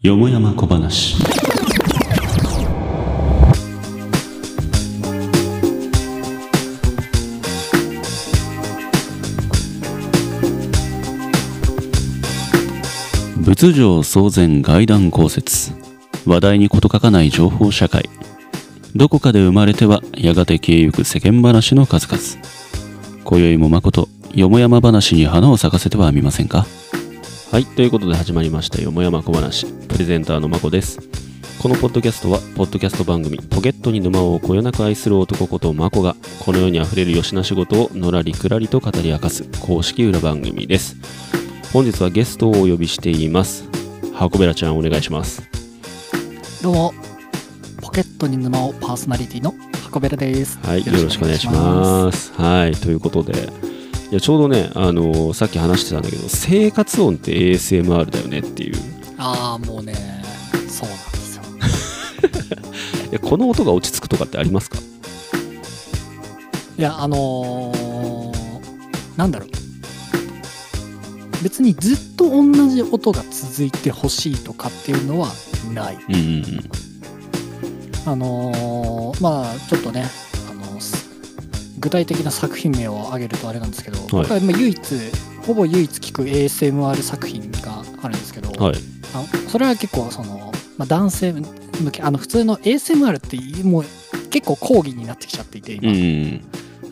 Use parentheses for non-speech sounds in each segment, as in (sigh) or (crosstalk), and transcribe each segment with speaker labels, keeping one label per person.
Speaker 1: よもやま小話。仏上騒然外談公説話題に事欠かない情報社会どこかで生まれてはやがて消えゆく世間話の数々今宵も誠よもやま話に花を咲かせてはみませんかはいということで始まりましたよもやま小話プレゼンターのまこですこのポッドキャストはポッドキャスト番組「ポケットに沼をこよなく愛する男ことまこがこの世にあふれるよしな仕事をのらりくらりと語り明かす公式裏番組です本日はゲストをお呼びしています箱べらちゃんお願いします
Speaker 2: どうも、ポケットに沼をパーソナリティの箱べらです。
Speaker 1: はい、よろしくお願いします。はい、ということで、いやちょうどね、あのーさっき話してたんだけど、生活音って ASMR だよねっていう、い
Speaker 2: す。ああ、もうね、そうなんですよ。
Speaker 1: やこの音が落ち着くとかってありますか
Speaker 2: いや、あのー、なんだろう。別にずっと同じ音が続いてほしいとかっていうのはない。
Speaker 1: うんうん
Speaker 2: あのー、まあ、ちょっとね、あのす具体的な作品名を挙げるとあれなんですけど、僕は今唯一、ほぼ唯一聞く ASMR 作品があるんですけど、
Speaker 1: うん。はい。
Speaker 2: あそれは結構その、まあ、男性向けあの普通の ASMR ってもう結構講義になってきちゃっていて
Speaker 1: う
Speaker 2: 今、
Speaker 1: んうん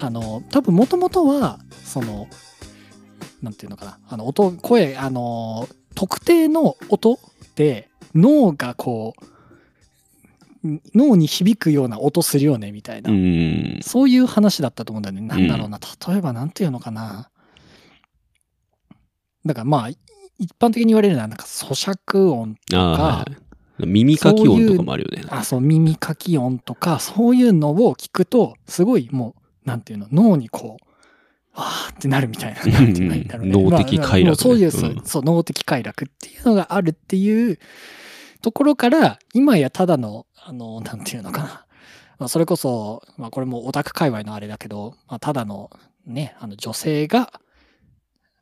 Speaker 2: あの多分もともとはそのなんていうのかなあの音声あの特定の音で脳がこうん脳に響くような音するよねみたいな、
Speaker 1: うんうん。
Speaker 2: そういう話だったと思うんだよね。なんだろうな、例えばなんていうのかな。だからまあ、い一般的に言われるのは、なんか咀嚼音
Speaker 1: ああ、
Speaker 2: か
Speaker 1: はいはい。耳かき音とかもあるよね。
Speaker 2: あ、そう、耳かき音とか、そういうのを聞くと、すごいもう、なんていうの、脳にこう、わーってなるみたいな。なんていうんだろうね
Speaker 1: うんうん脳的快楽ね
Speaker 2: まあまあもうそういう、そう
Speaker 1: うん
Speaker 2: そう、脳的快楽っていうのがあるっていうところから、今やただの、あの、なんていうのかな。まあ、それこそ、まあ、これもオタク界隈のあれだけど、まあ、ただの、ね、あの、女性が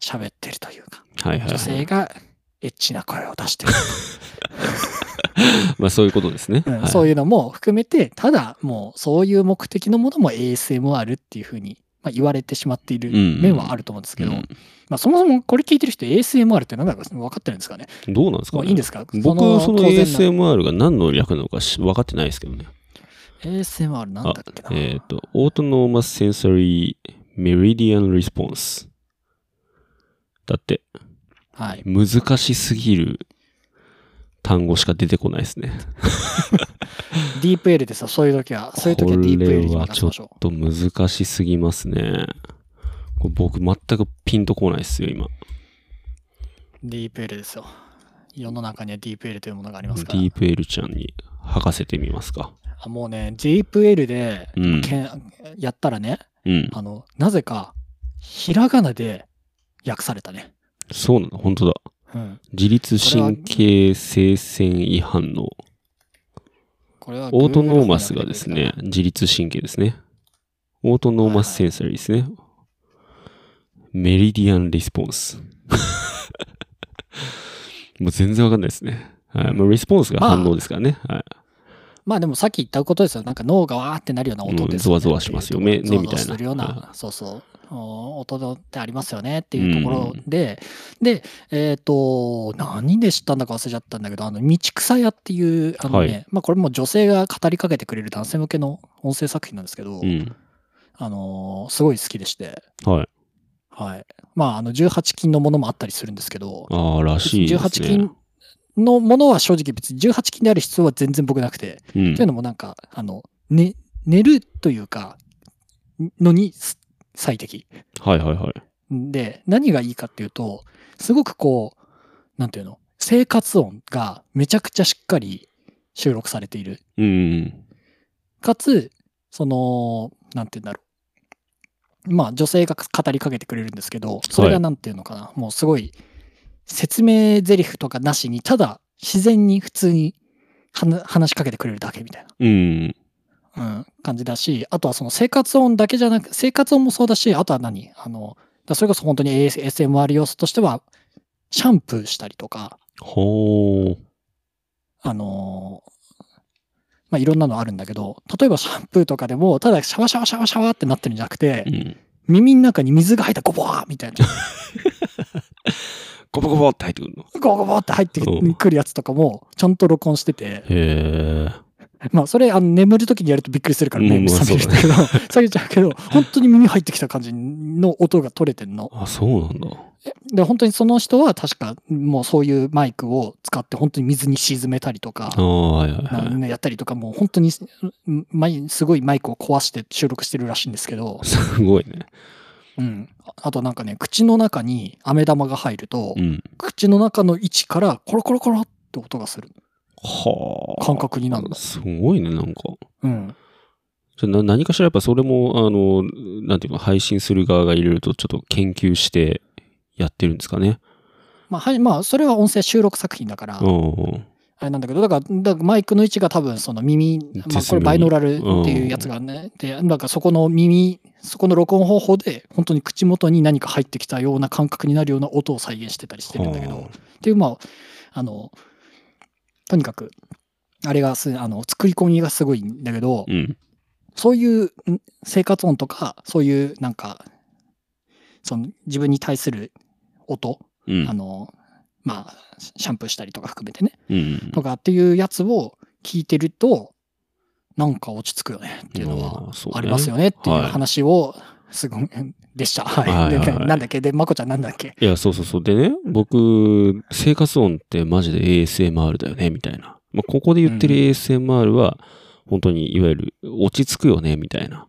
Speaker 2: 喋ってるというか、
Speaker 1: はいはい
Speaker 2: 女
Speaker 1: は
Speaker 2: 性
Speaker 1: い。
Speaker 2: がエッチな声を出してる
Speaker 1: (laughs) まあそういうことですね。
Speaker 2: うん
Speaker 1: はい
Speaker 2: そういうのも含めて、ただもうそういう目的のものも ASMR っていうふうに、まあ、言われてしまっている
Speaker 1: うん
Speaker 2: 面はあると思うんですけど、
Speaker 1: うん
Speaker 2: まあ、そもそもこれ聞いてる人 ASMR って何だか分かってるんですかね
Speaker 1: どうなんですか
Speaker 2: も
Speaker 1: ね
Speaker 2: ういいんですか
Speaker 1: 僕、その
Speaker 2: 当然な
Speaker 1: ASMR が何の略なのかし分かってないですけどね。
Speaker 2: ASMR なんだっけな、
Speaker 1: えっ、と、オートノーマスセンサリーメリディアンリスポンス。だって、
Speaker 2: はい。
Speaker 1: 難しすぎる単語しか出てこないですね。
Speaker 2: ディープ L でさ、そういう時は、そういう時はディープ L に
Speaker 1: これは
Speaker 2: 任
Speaker 1: ち
Speaker 2: せ
Speaker 1: ょっ
Speaker 2: ましょう。
Speaker 1: と難しすぎますね。これ僕、全くピンとこないですよ、今。
Speaker 2: ディープ L ですよ。世の中にはディープ L というものがあり
Speaker 1: デ
Speaker 2: ますから
Speaker 1: ィー。プエルちゃんに吐かせてみますか。
Speaker 2: あもうね、ディープ L で、
Speaker 1: うん。
Speaker 2: けんやったらね、
Speaker 1: うん。
Speaker 2: あの、なぜか、ひらがなで訳されたね。
Speaker 1: そうなの、本当だ。
Speaker 2: うん。
Speaker 1: 自律神経性腺違反の
Speaker 2: これは
Speaker 1: オートノーマスがですね、自律神経ですね。オートノーマスセンサリーですね。メリディアンリスポンス。 (laughs) もう全然わかんないですね。はい。もうリスポンスが反応ですからね。はい。
Speaker 2: まあでもさっき言ったことですよ。なんか脳がわーってなるような音ですよ
Speaker 1: うんゾワゾワしますよね
Speaker 2: ゾ
Speaker 1: ね
Speaker 2: ワゾワ
Speaker 1: みたいな
Speaker 2: するような、そうそう。お音ってありますよねっていうところで、で、えっ、と、何で知ったんだか忘れちゃったんだけど、あの、道草屋っていう、あのね、
Speaker 1: は
Speaker 2: まあこれも女性が語りかけてくれる男性向けの音声作品なんですけど、
Speaker 1: うん。
Speaker 2: あのーすごい好きでして、
Speaker 1: はい。
Speaker 2: はい。まああの、18金のものもあったりするんですけど、
Speaker 1: ああ、らしいですね。
Speaker 2: 18金のものは正直別に18金である必要は全然僕なくて、
Speaker 1: うん
Speaker 2: というのもなんか、あの、ね、寝るというか、のにす最適。
Speaker 1: はいはいはい。
Speaker 2: で、何がいいかっていうと、すごくこう、なんていうの、生活音がめちゃくちゃしっかり収録されている。
Speaker 1: うん。
Speaker 2: かつ、その、なんていうんだろう。まあ、女性が語りかけてくれるんですけど、それがなんていうのかな、もうすごい、説明台詞とかなしに、ただ自然に普通に話話しかけてくれるだけみたいな。
Speaker 1: うん。
Speaker 2: うん、感じだし、あとはその生活音だけじゃなく、生活音もそうだし、あとは何あの、らそれこそ本当に AS ASMR 要素としては、シャンプーしたりとか、
Speaker 1: ほう。
Speaker 2: あのーまあ、いろんなのあるんだけど、例えばシャンプーとかでも、ただシャワシャワシャワシャワってなってるんじゃなくて
Speaker 1: う、ん。
Speaker 2: 耳の中に水が入ったゴボワーみたい
Speaker 1: (laughs)
Speaker 2: な、
Speaker 1: ゴボゴボって入ってくるの。
Speaker 2: ゴボゴボって入って
Speaker 1: うん
Speaker 2: くるやつとかも、ちゃんと録音してて、
Speaker 1: へえ。
Speaker 2: まあ、それ、あの、眠るときにやるとびっくりするから、
Speaker 1: うん
Speaker 2: 目目
Speaker 1: まあ
Speaker 2: 覚めるんだけど、 (laughs) 下げちゃうけど、本当に耳入ってきた感じの音が取れてんの。
Speaker 1: あ、そうなんだ。
Speaker 2: で、本当にその人は確か、もうそういうマイクを使って、本当に水に沈めたりとか、
Speaker 1: ああ、はいはい
Speaker 2: な
Speaker 1: は
Speaker 2: んかやったりとか、もう本当にすマイすごいマイクを壊して収録してるらしいんですけど
Speaker 1: い。、すごいね。
Speaker 2: うん、ああとなんかね、口の中に飴玉が入ると
Speaker 1: う、ん。
Speaker 2: 口の中の位置からコロコロコロって音がする
Speaker 1: はあ。
Speaker 2: 感覚になるんだ。
Speaker 1: すごいね、なんか。
Speaker 2: うん。
Speaker 1: じゃあな何かしらやっぱそれも、あの、なんていうか、配信する側がいろいろとちょっと研究してやってるんですかね。
Speaker 2: まあ、はい、まあ、それは音声収録作品だから、
Speaker 1: うん。
Speaker 2: あれなんだけど、だから、だからマイクの位置が多分その耳、まあ、
Speaker 1: 絶
Speaker 2: こ
Speaker 1: 妙
Speaker 2: れ
Speaker 1: に
Speaker 2: バイノーラルっていうやつがね、で、なんかそこの耳、そこの録音方法で、本当に口元に何か入ってきたような感覚になるような音を再現してたりしてるんだけど、
Speaker 1: は
Speaker 2: っていう、まあ、あの、とにかく、あれがす、あの、作り込みがすごいんだけど
Speaker 1: あ。う、ん。
Speaker 2: そういうん生活音とか、そういうなんか、その自分に対する音、
Speaker 1: うん。
Speaker 2: あの、まあ、シャンプーしたりとか含めてね、
Speaker 1: うん
Speaker 2: とかっていうやつを聞いてると、なんか落ち着くよねっていうのは
Speaker 1: あーそうね
Speaker 2: ありますよねっていう
Speaker 1: はい
Speaker 2: 話を、すごい、でした。はい。
Speaker 1: はいはいはい
Speaker 2: でなんだっけで、まこちゃんなんだっけ
Speaker 1: いや、そうそうそう。でね、僕、生活音ってマジで ASMR だよね、みたいな。まあ、ここで言ってる
Speaker 2: うん
Speaker 1: ASMR は、本当にいわゆる落ち着くよね、みたいな。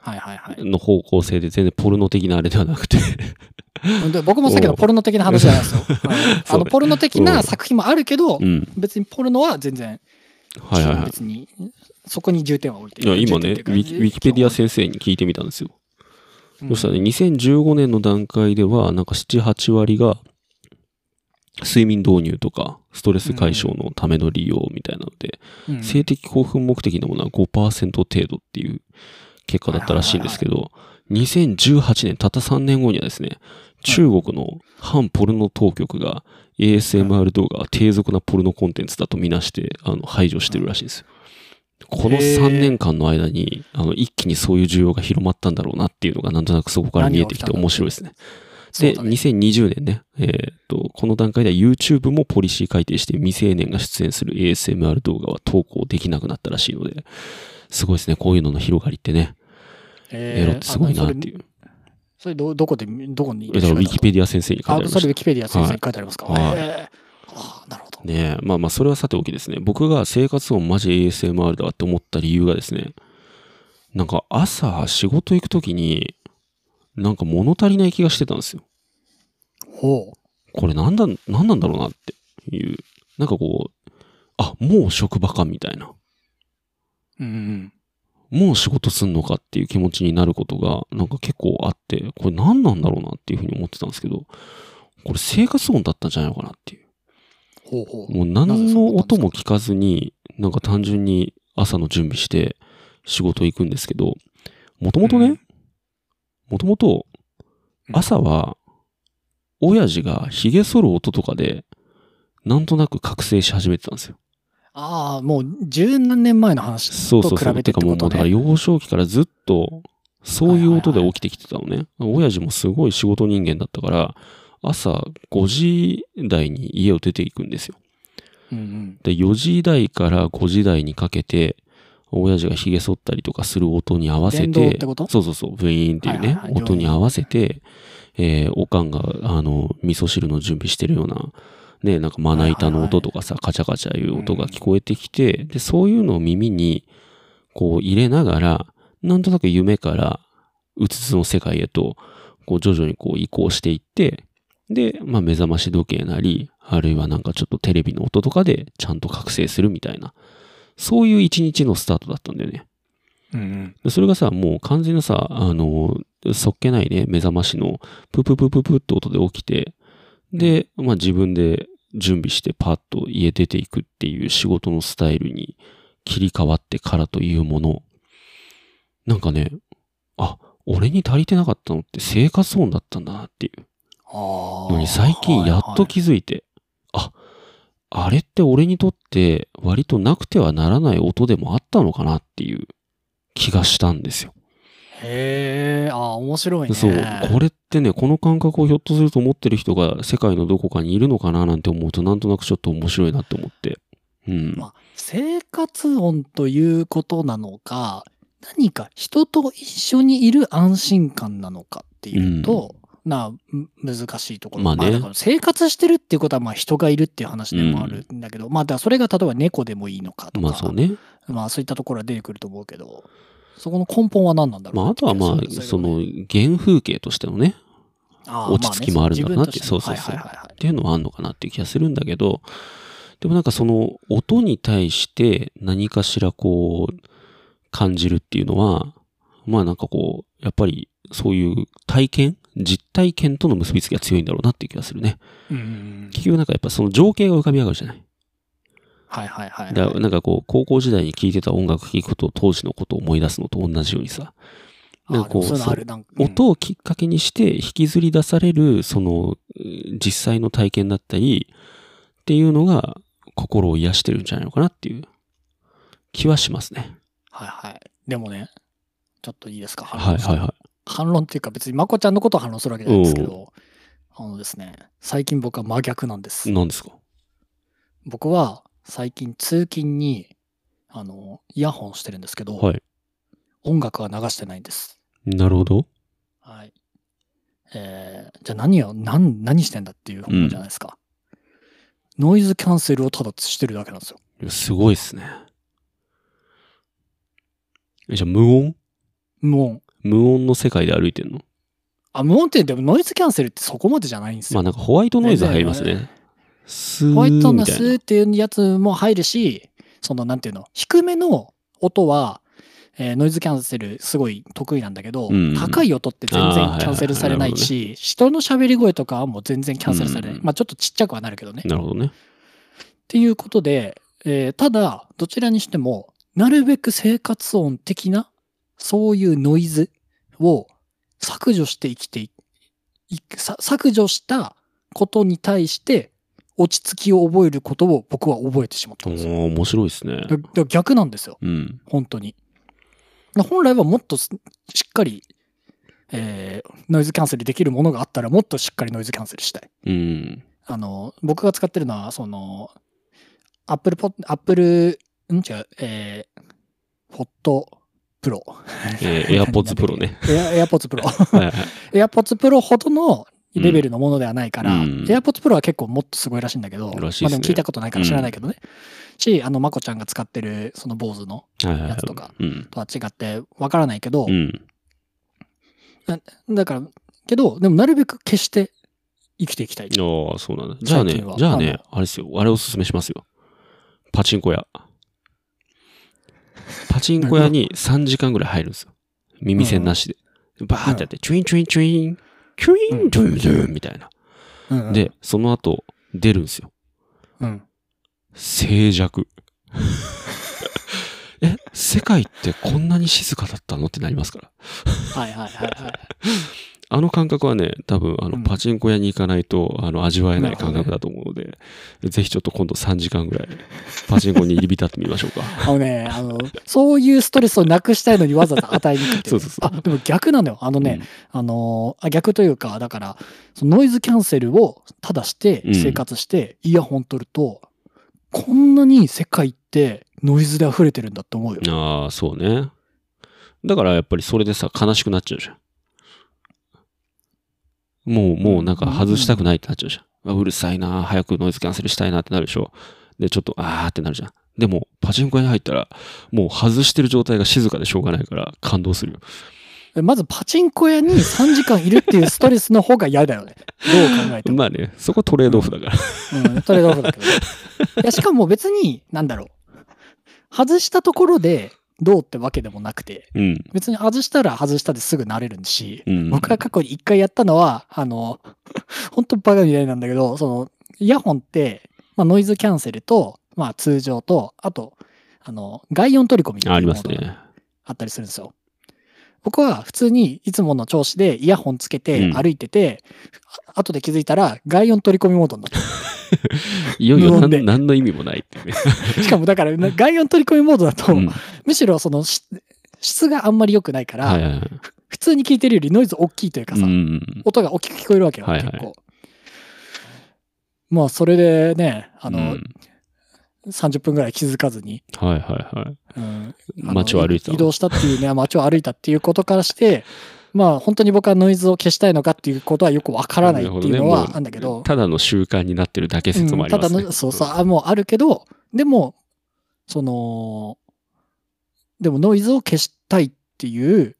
Speaker 2: はいはいはい。
Speaker 1: の方向性で全然ポルノ的なあれではなくて。
Speaker 2: で僕もさっきのポルノ的な話じゃない
Speaker 1: (laughs)
Speaker 2: ですよ。はい
Speaker 1: そう
Speaker 2: あの、ポルノ的な作品もあるけど
Speaker 1: う、ん。
Speaker 2: 別にポルノは全然、
Speaker 1: (laughs) はいはいはい。
Speaker 2: 別に、そこに重点は置いて
Speaker 1: いや、今ね、ウ
Speaker 2: 重点っていうか
Speaker 1: ィキウィキペディア先生に聞いてみたんですよ。
Speaker 2: うん
Speaker 1: そしたらね、2015年の段階では、なんか7、8割が、睡眠導入とか、ストレス解消のための利用みたいなので、
Speaker 2: うん
Speaker 1: 性的興奮目的のものは5%程度っていう結果だったらしいんですけど、2018年、たった3年後にはですね、中国の反ポルノ当局が ASMR 動画は低俗なポルノコンテンツだとみなしてあの排除してるらしいんですよ。この
Speaker 2: へー
Speaker 1: 3年間の間にあの一気にそういう需要が広まったんだろうなっていうのがなんとなくそこから見えてきて
Speaker 2: 何が
Speaker 1: 面
Speaker 2: 起きた
Speaker 1: 白
Speaker 2: ん
Speaker 1: い
Speaker 2: だ
Speaker 1: ですね。
Speaker 2: そう
Speaker 1: で、
Speaker 2: だね
Speaker 1: 2020年ね、えーっと、この段階では YouTube もポリシー改定して未成年が出演する ASMR 動画は投稿できなくなったらしいので、すごいですね、こういうのの広がりってね、
Speaker 2: え
Speaker 1: エロってすごいなって
Speaker 2: う。
Speaker 1: いう。
Speaker 2: それど、どこで、どこに
Speaker 1: だからウィキペディア先生に書い
Speaker 2: あ
Speaker 1: てあ、り
Speaker 2: そ
Speaker 1: ま
Speaker 2: れウ
Speaker 1: し
Speaker 2: ィキペディア先生に書いてありますか。
Speaker 1: はいはい
Speaker 2: えーあーなるほど
Speaker 1: た。。ねえまあまあ、それはさておきですね、僕が生活音マジ ASMR だって思った理由がですね、なんか朝仕事行くときに、なんか物足りない気がしてたんですよ。
Speaker 2: ほ
Speaker 1: これなんだ、なんなんだろうなっていう。なんかこう、あ、もう職場かみたいな。
Speaker 2: う。うん
Speaker 1: もう仕事すんのかっていう気持ちになることが、なんか結構あって、これ何なんだろうなっていうふうに思ってたんですけど、これ生活音だったんじゃないのかなっていう。
Speaker 2: うん。ほうほう。
Speaker 1: もう何の音も聞かずに、なんか単純に朝の準備して仕事行くんですけど、もともと
Speaker 2: う
Speaker 1: ね
Speaker 2: ん、
Speaker 1: もともと朝は、親父が髭剃る音とかで、なんとなく覚醒し始めてたんですよ。
Speaker 2: ああ、もう十何年前の話
Speaker 1: そう
Speaker 2: と
Speaker 1: そう
Speaker 2: 比
Speaker 1: そう。
Speaker 2: べてって
Speaker 1: かもう、
Speaker 2: こ
Speaker 1: もう
Speaker 2: と
Speaker 1: だから
Speaker 2: ね。
Speaker 1: 幼少期からずっと、そういう音で起きてきてたのね。親父もすごい仕事人間だったから、朝5時台に家を出ていくんですよ。
Speaker 2: うんうん。
Speaker 1: で、4時台から5時台にかけて、親父が髭剃ったりとかする音に合わせて、
Speaker 2: 電動ってこと
Speaker 1: そうそうそう、ブイーンっていうね、
Speaker 2: はいはいはい
Speaker 1: 音に合わせて、えーおかんが、あの、味噌汁の準備してるような、ね、なんかまな板の音とかさ、カチャカチャいう音が聞こえてきて、で、そういうのを耳に、こう入れながら、なんとなく夢から、うつつの世界へと、こう徐々にこう移行していって、で、まあ目覚まし時計なり、あるいはなんかちょっとテレビの音とかでちゃんと覚醒するみたいな、そういう一日のスタートだったんだよね。
Speaker 2: うんうん。
Speaker 1: でそれがさ、もう完全なさ、あの、そっけないね、目覚ましの、プププププって音で起きて、で、まあ自分で準備してパッと家出ていくっていう仕事のスタイルに切り替わってからというもの、なんかね、あ、俺に足りてなかったのって生活音だったんだなっていう
Speaker 2: あ
Speaker 1: のに最近やっと気づいて、あ、あれって俺にとって割となくてはならない音でもあったのかなっていう気がしたんですよ。
Speaker 2: へえ、あー面白いね。
Speaker 1: そう。これってね、この感覚をひょっとすると思ってる人が世界のどこかにいるのかななんて思うとなんとなくちょっと面白いなって思って。うん。
Speaker 2: まあ、生活音ということなのか、何か人と一緒にいる安心感なのかっていうと、なあむ難しいところ。
Speaker 1: まあね
Speaker 2: だから生活してるっていうことは、まあ人がいるっていう話でもあるんだけど、まあだからそれが例えば猫でもいいのかとか、
Speaker 1: まあそうね。
Speaker 2: まあそういったところは出てくると思うけど、そこの根本は何なんだろ
Speaker 1: ま
Speaker 2: う
Speaker 1: ああとはま
Speaker 2: っていう
Speaker 1: あ、その原風景としてのね、
Speaker 2: あー
Speaker 1: 落ち着きもあるんだろうなって
Speaker 2: まあね
Speaker 1: そうそうそう
Speaker 2: はいはいはいはい
Speaker 1: っていうのはあんのかなっていう気がするんだけど、でもなんかその音に対して何かしらこう感じるっていうのは、まあなんかこう、やっぱりそういう体験実体験との結びつきが強いんだろうなっていう気がするね。
Speaker 2: うん
Speaker 1: 結局なんかやっぱその情景が浮かび上がるじゃない。
Speaker 2: はいはいはいはい。
Speaker 1: だなんかこう、高校時代に聴いてた音楽聴くこと、当時のことを思い出すのと同じようにさ、なんかこう
Speaker 2: あーでもそういうのあるなんかうん
Speaker 1: 音をきっかけにして引きずり出される、その、うん実際の体験だったり、っていうのが心を癒してるんじゃないのかなっていう気はしますね。
Speaker 2: はいはい。でもね、ちょっといいですか、反
Speaker 1: はい
Speaker 2: 論
Speaker 1: はいは
Speaker 2: 反論っていうか別にまこちゃんのことを反論するわけじゃないんですけど、あのですね、最近僕は真逆なんで
Speaker 1: い。
Speaker 2: す。
Speaker 1: 何ですか
Speaker 2: 僕は最近通勤に、あの、イヤホンしてるんですけど、
Speaker 1: はい。
Speaker 2: 音楽は流してないんです。
Speaker 1: なるほど。
Speaker 2: はい。えー、じゃあ何を、何、何してんだっていう方じゃないですか。ノイズキャンセルをただしてるだけなんですよ。
Speaker 1: いやすごいっすね。えじゃあ無音
Speaker 2: 無音。
Speaker 1: 無音の世界で歩いてんの
Speaker 2: あ、無音ってでもノイズキャンセルってそこまでじゃないんですよ
Speaker 1: まあ。なんかホワイトノイズ入りますね。スー
Speaker 2: ホワイト
Speaker 1: み
Speaker 2: ナ
Speaker 1: たい
Speaker 2: ス
Speaker 1: な。
Speaker 2: っていうやつも入るし、そのなんていうの、低めの音は、えーノイズキャンセルすごい得意なんだけど、
Speaker 1: うん
Speaker 2: 高い音って全
Speaker 1: あー
Speaker 2: 然キャンセルされないし、人の喋り声とかはもう全然キャンセルされない。
Speaker 1: うん
Speaker 2: まあちょっとちっちゃくはなるけどね。っ
Speaker 1: なるほどね。
Speaker 2: ていうことで、えーただ、どちらにしても、なるべく生活音的な、そういうノイズを削除して生きていいく、さ削除したことに対して、落ち着きを覚えることを僕は覚えてしまった
Speaker 1: お
Speaker 2: んですよ。
Speaker 1: ー面白いですね。
Speaker 2: だだ逆なんですよ、
Speaker 1: うん。
Speaker 2: 本当に。だ本来はもっとすしっかり、えーノイズキャンセルできるものがあったら、もっとしっかりノイズキャンセルしたい。
Speaker 1: うん。
Speaker 2: あの、僕が使ってるのは、その、アップルポッ、アップル、ん違う、えー、ポットプロ。
Speaker 1: えー AirPods Pro ね。
Speaker 2: エアポッツプロ。
Speaker 1: はいはい。
Speaker 2: エアポッツプロほどのレベルのものではないから、
Speaker 1: うんうん
Speaker 2: エアポッツプロは結構もっとすごいらしいんだけど、
Speaker 1: らしい
Speaker 2: ま
Speaker 1: で
Speaker 2: あ
Speaker 1: すね
Speaker 2: でも聞いたことないから知らないけどね。し、あの、まこちゃんが使ってる、その坊主の
Speaker 1: はいはい
Speaker 2: や
Speaker 1: はい
Speaker 2: つとか
Speaker 1: うん。
Speaker 2: とは違ってわからないけど、
Speaker 1: うん。
Speaker 2: だから、けど、でもなるべく消して生きていきたい。
Speaker 1: ああ、そうなんだ。じゃあね
Speaker 2: 最近、は
Speaker 1: じゃあねあ
Speaker 2: あ、
Speaker 1: れですよ。あれおすすめしますよ。パチンコ屋。パチンコ屋に3時間ぐらい入るんですよ。耳栓なしで。バーってやって、チュインチュインチュイン、チュインチュインチュインみたいな。
Speaker 2: うんうん、
Speaker 1: で、その後、出るんですよ。
Speaker 2: うん、
Speaker 1: 静寂。
Speaker 2: (laughs)
Speaker 1: え、世界ってこんなに静かだったのってなりますから。
Speaker 2: はいはいはいはい。
Speaker 1: あの感覚はね、多分、あ
Speaker 2: う
Speaker 1: の、
Speaker 2: ん
Speaker 1: パチンコ屋に行かないと、あの、味わえない感
Speaker 2: なる
Speaker 1: 覚
Speaker 2: ほど
Speaker 1: だと思
Speaker 2: ね
Speaker 1: うので、ぜひちょっと今度3時間ぐらい、
Speaker 2: (laughs)
Speaker 1: パチンコに入り浸ってみましょうか。
Speaker 2: あのね、あの、そういうストレスをなくしたいのにわざわざ与えに行くってい
Speaker 1: そうそうそう
Speaker 2: あ、でも逆なのよ。あのね、あのーあ、逆というか、だから、そのノイズキャンセルをただして
Speaker 1: うん
Speaker 2: 生活して、イヤホン取ると、こんなに世界ってノイズで溢れてるんだって思うよ。
Speaker 1: うんああ、そうね。だからやっぱりそれでさ、悲しくなっちゃうじゃん。もう、もうなんか外したくないってなっちゃうじゃん。ううるさいな、早くノイズキャンセルしたいなってなるでしょ。で、ちょっと、あーってなるじゃん。でも、パチンコ屋に入ったら、もう外してる状態が静かでしょうがないから、感動するよ。
Speaker 2: まずパチンコ屋に3時間いるっていうストレスの方が嫌だよね。どう考えて
Speaker 1: (laughs)
Speaker 2: も。
Speaker 1: まあね、そこトレードオフだから。
Speaker 2: うん、トレードオフだけどね。いや、しかも別に、なんだろう。外したところでどうってわけでもなくて、
Speaker 1: うん。
Speaker 2: 別に外したら外したですぐ慣れるし、
Speaker 1: うん。
Speaker 2: 僕が過去に一回やったのは、あの、 (laughs) 本当バカみたいなんだけど、その、イヤホンって、まあ、ノイズキャンセルと、まあ、通常と、あと、あの、外音取り込みって
Speaker 1: あ
Speaker 2: い
Speaker 1: り
Speaker 2: う
Speaker 1: ま
Speaker 2: も
Speaker 1: す
Speaker 2: のが
Speaker 1: ね。
Speaker 2: あったりするんですよ。僕は普通にいつもの調子でイヤホンつけて
Speaker 1: うん
Speaker 2: 歩いてて、あ後で気づいたら外音取り込みモードになって
Speaker 1: いよいよ
Speaker 2: 無音
Speaker 1: 何
Speaker 2: で
Speaker 1: 何の意味もないっていうね。
Speaker 2: る。 (laughs) しかもだからな外音取り込みモードだと、
Speaker 1: うん
Speaker 2: むしろそのし質があんまり良くないから、
Speaker 1: はいはいはい
Speaker 2: 普通に聞いてるよりノイズ大きいというか
Speaker 1: う
Speaker 2: さ、
Speaker 1: ん
Speaker 2: 音が大きく聞こえるわけよ、
Speaker 1: はいはい
Speaker 2: 結構。まあそれでね、あの、
Speaker 1: うん
Speaker 2: 30分ぐらい気づかずに、
Speaker 1: はいはいはい。
Speaker 2: うんあの
Speaker 1: 街を歩いてた
Speaker 2: 移動したって
Speaker 1: (laughs)
Speaker 2: いうね、街を歩いたっていうことからして、まあ本当に僕はノイズを消したいのかっていうことはよくわからないっていうの
Speaker 1: なるほどね
Speaker 2: は
Speaker 1: もう
Speaker 2: あるんだけど、
Speaker 1: ただの習慣になってるだけ説もあり
Speaker 2: た
Speaker 1: ま
Speaker 2: だ
Speaker 1: すね。
Speaker 2: の、そうそう、あもうあるけど、でも、その、でもノイズを消したいっていう、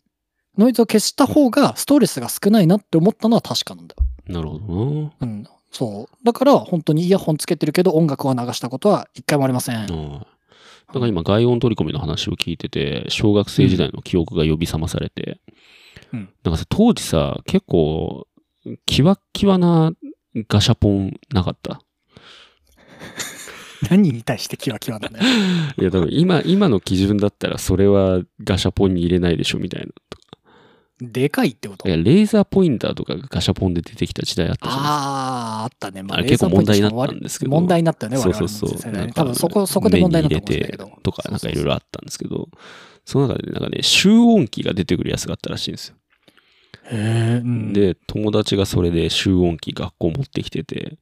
Speaker 2: ノイズを消した方がストレスが少ないなって思ったのは確かなんだよ。
Speaker 1: なるほどな。
Speaker 2: うん、そう。だから本当にイヤホンつけてるけど音楽は流したことは一回もありません。
Speaker 1: うんなんか今、外音取り込みの話を聞いてて、小学生時代の記憶が呼び覚まされて、
Speaker 2: うん
Speaker 1: なんかさ、当時さ、結構、キワッキワなガシャポンなかった。 (laughs)
Speaker 2: 何に対してキワキワなんだよ。
Speaker 1: いや、多分今、今の基準だったら、それはガシャポンに入れないでしょ、みたいな。
Speaker 2: (laughs) でかいってこと
Speaker 1: いや、レーザーポインターとかがガシャポンで出てきた時代あったじゃない
Speaker 2: ああ、あったね。ま
Speaker 1: あれ結構問題になったん
Speaker 2: レーザーポイント
Speaker 1: ですけど
Speaker 2: 問題になったよね、我
Speaker 1: そう
Speaker 2: 々
Speaker 1: そ
Speaker 2: の
Speaker 1: うそう
Speaker 2: 世。代
Speaker 1: な
Speaker 2: ね
Speaker 1: んか
Speaker 2: 多分そこ、そこで問題になったと
Speaker 1: 目
Speaker 2: 思
Speaker 1: に
Speaker 2: うんだ
Speaker 1: 入れ
Speaker 2: けど
Speaker 1: て。とか、なんかいろい
Speaker 2: そうそう
Speaker 1: ろあったんですけど、その中でなんかね、集音機が出てくるやつがあったらしいんですよ。
Speaker 2: そうへーうん
Speaker 1: で、友達がそれで集音機学校持ってきてて、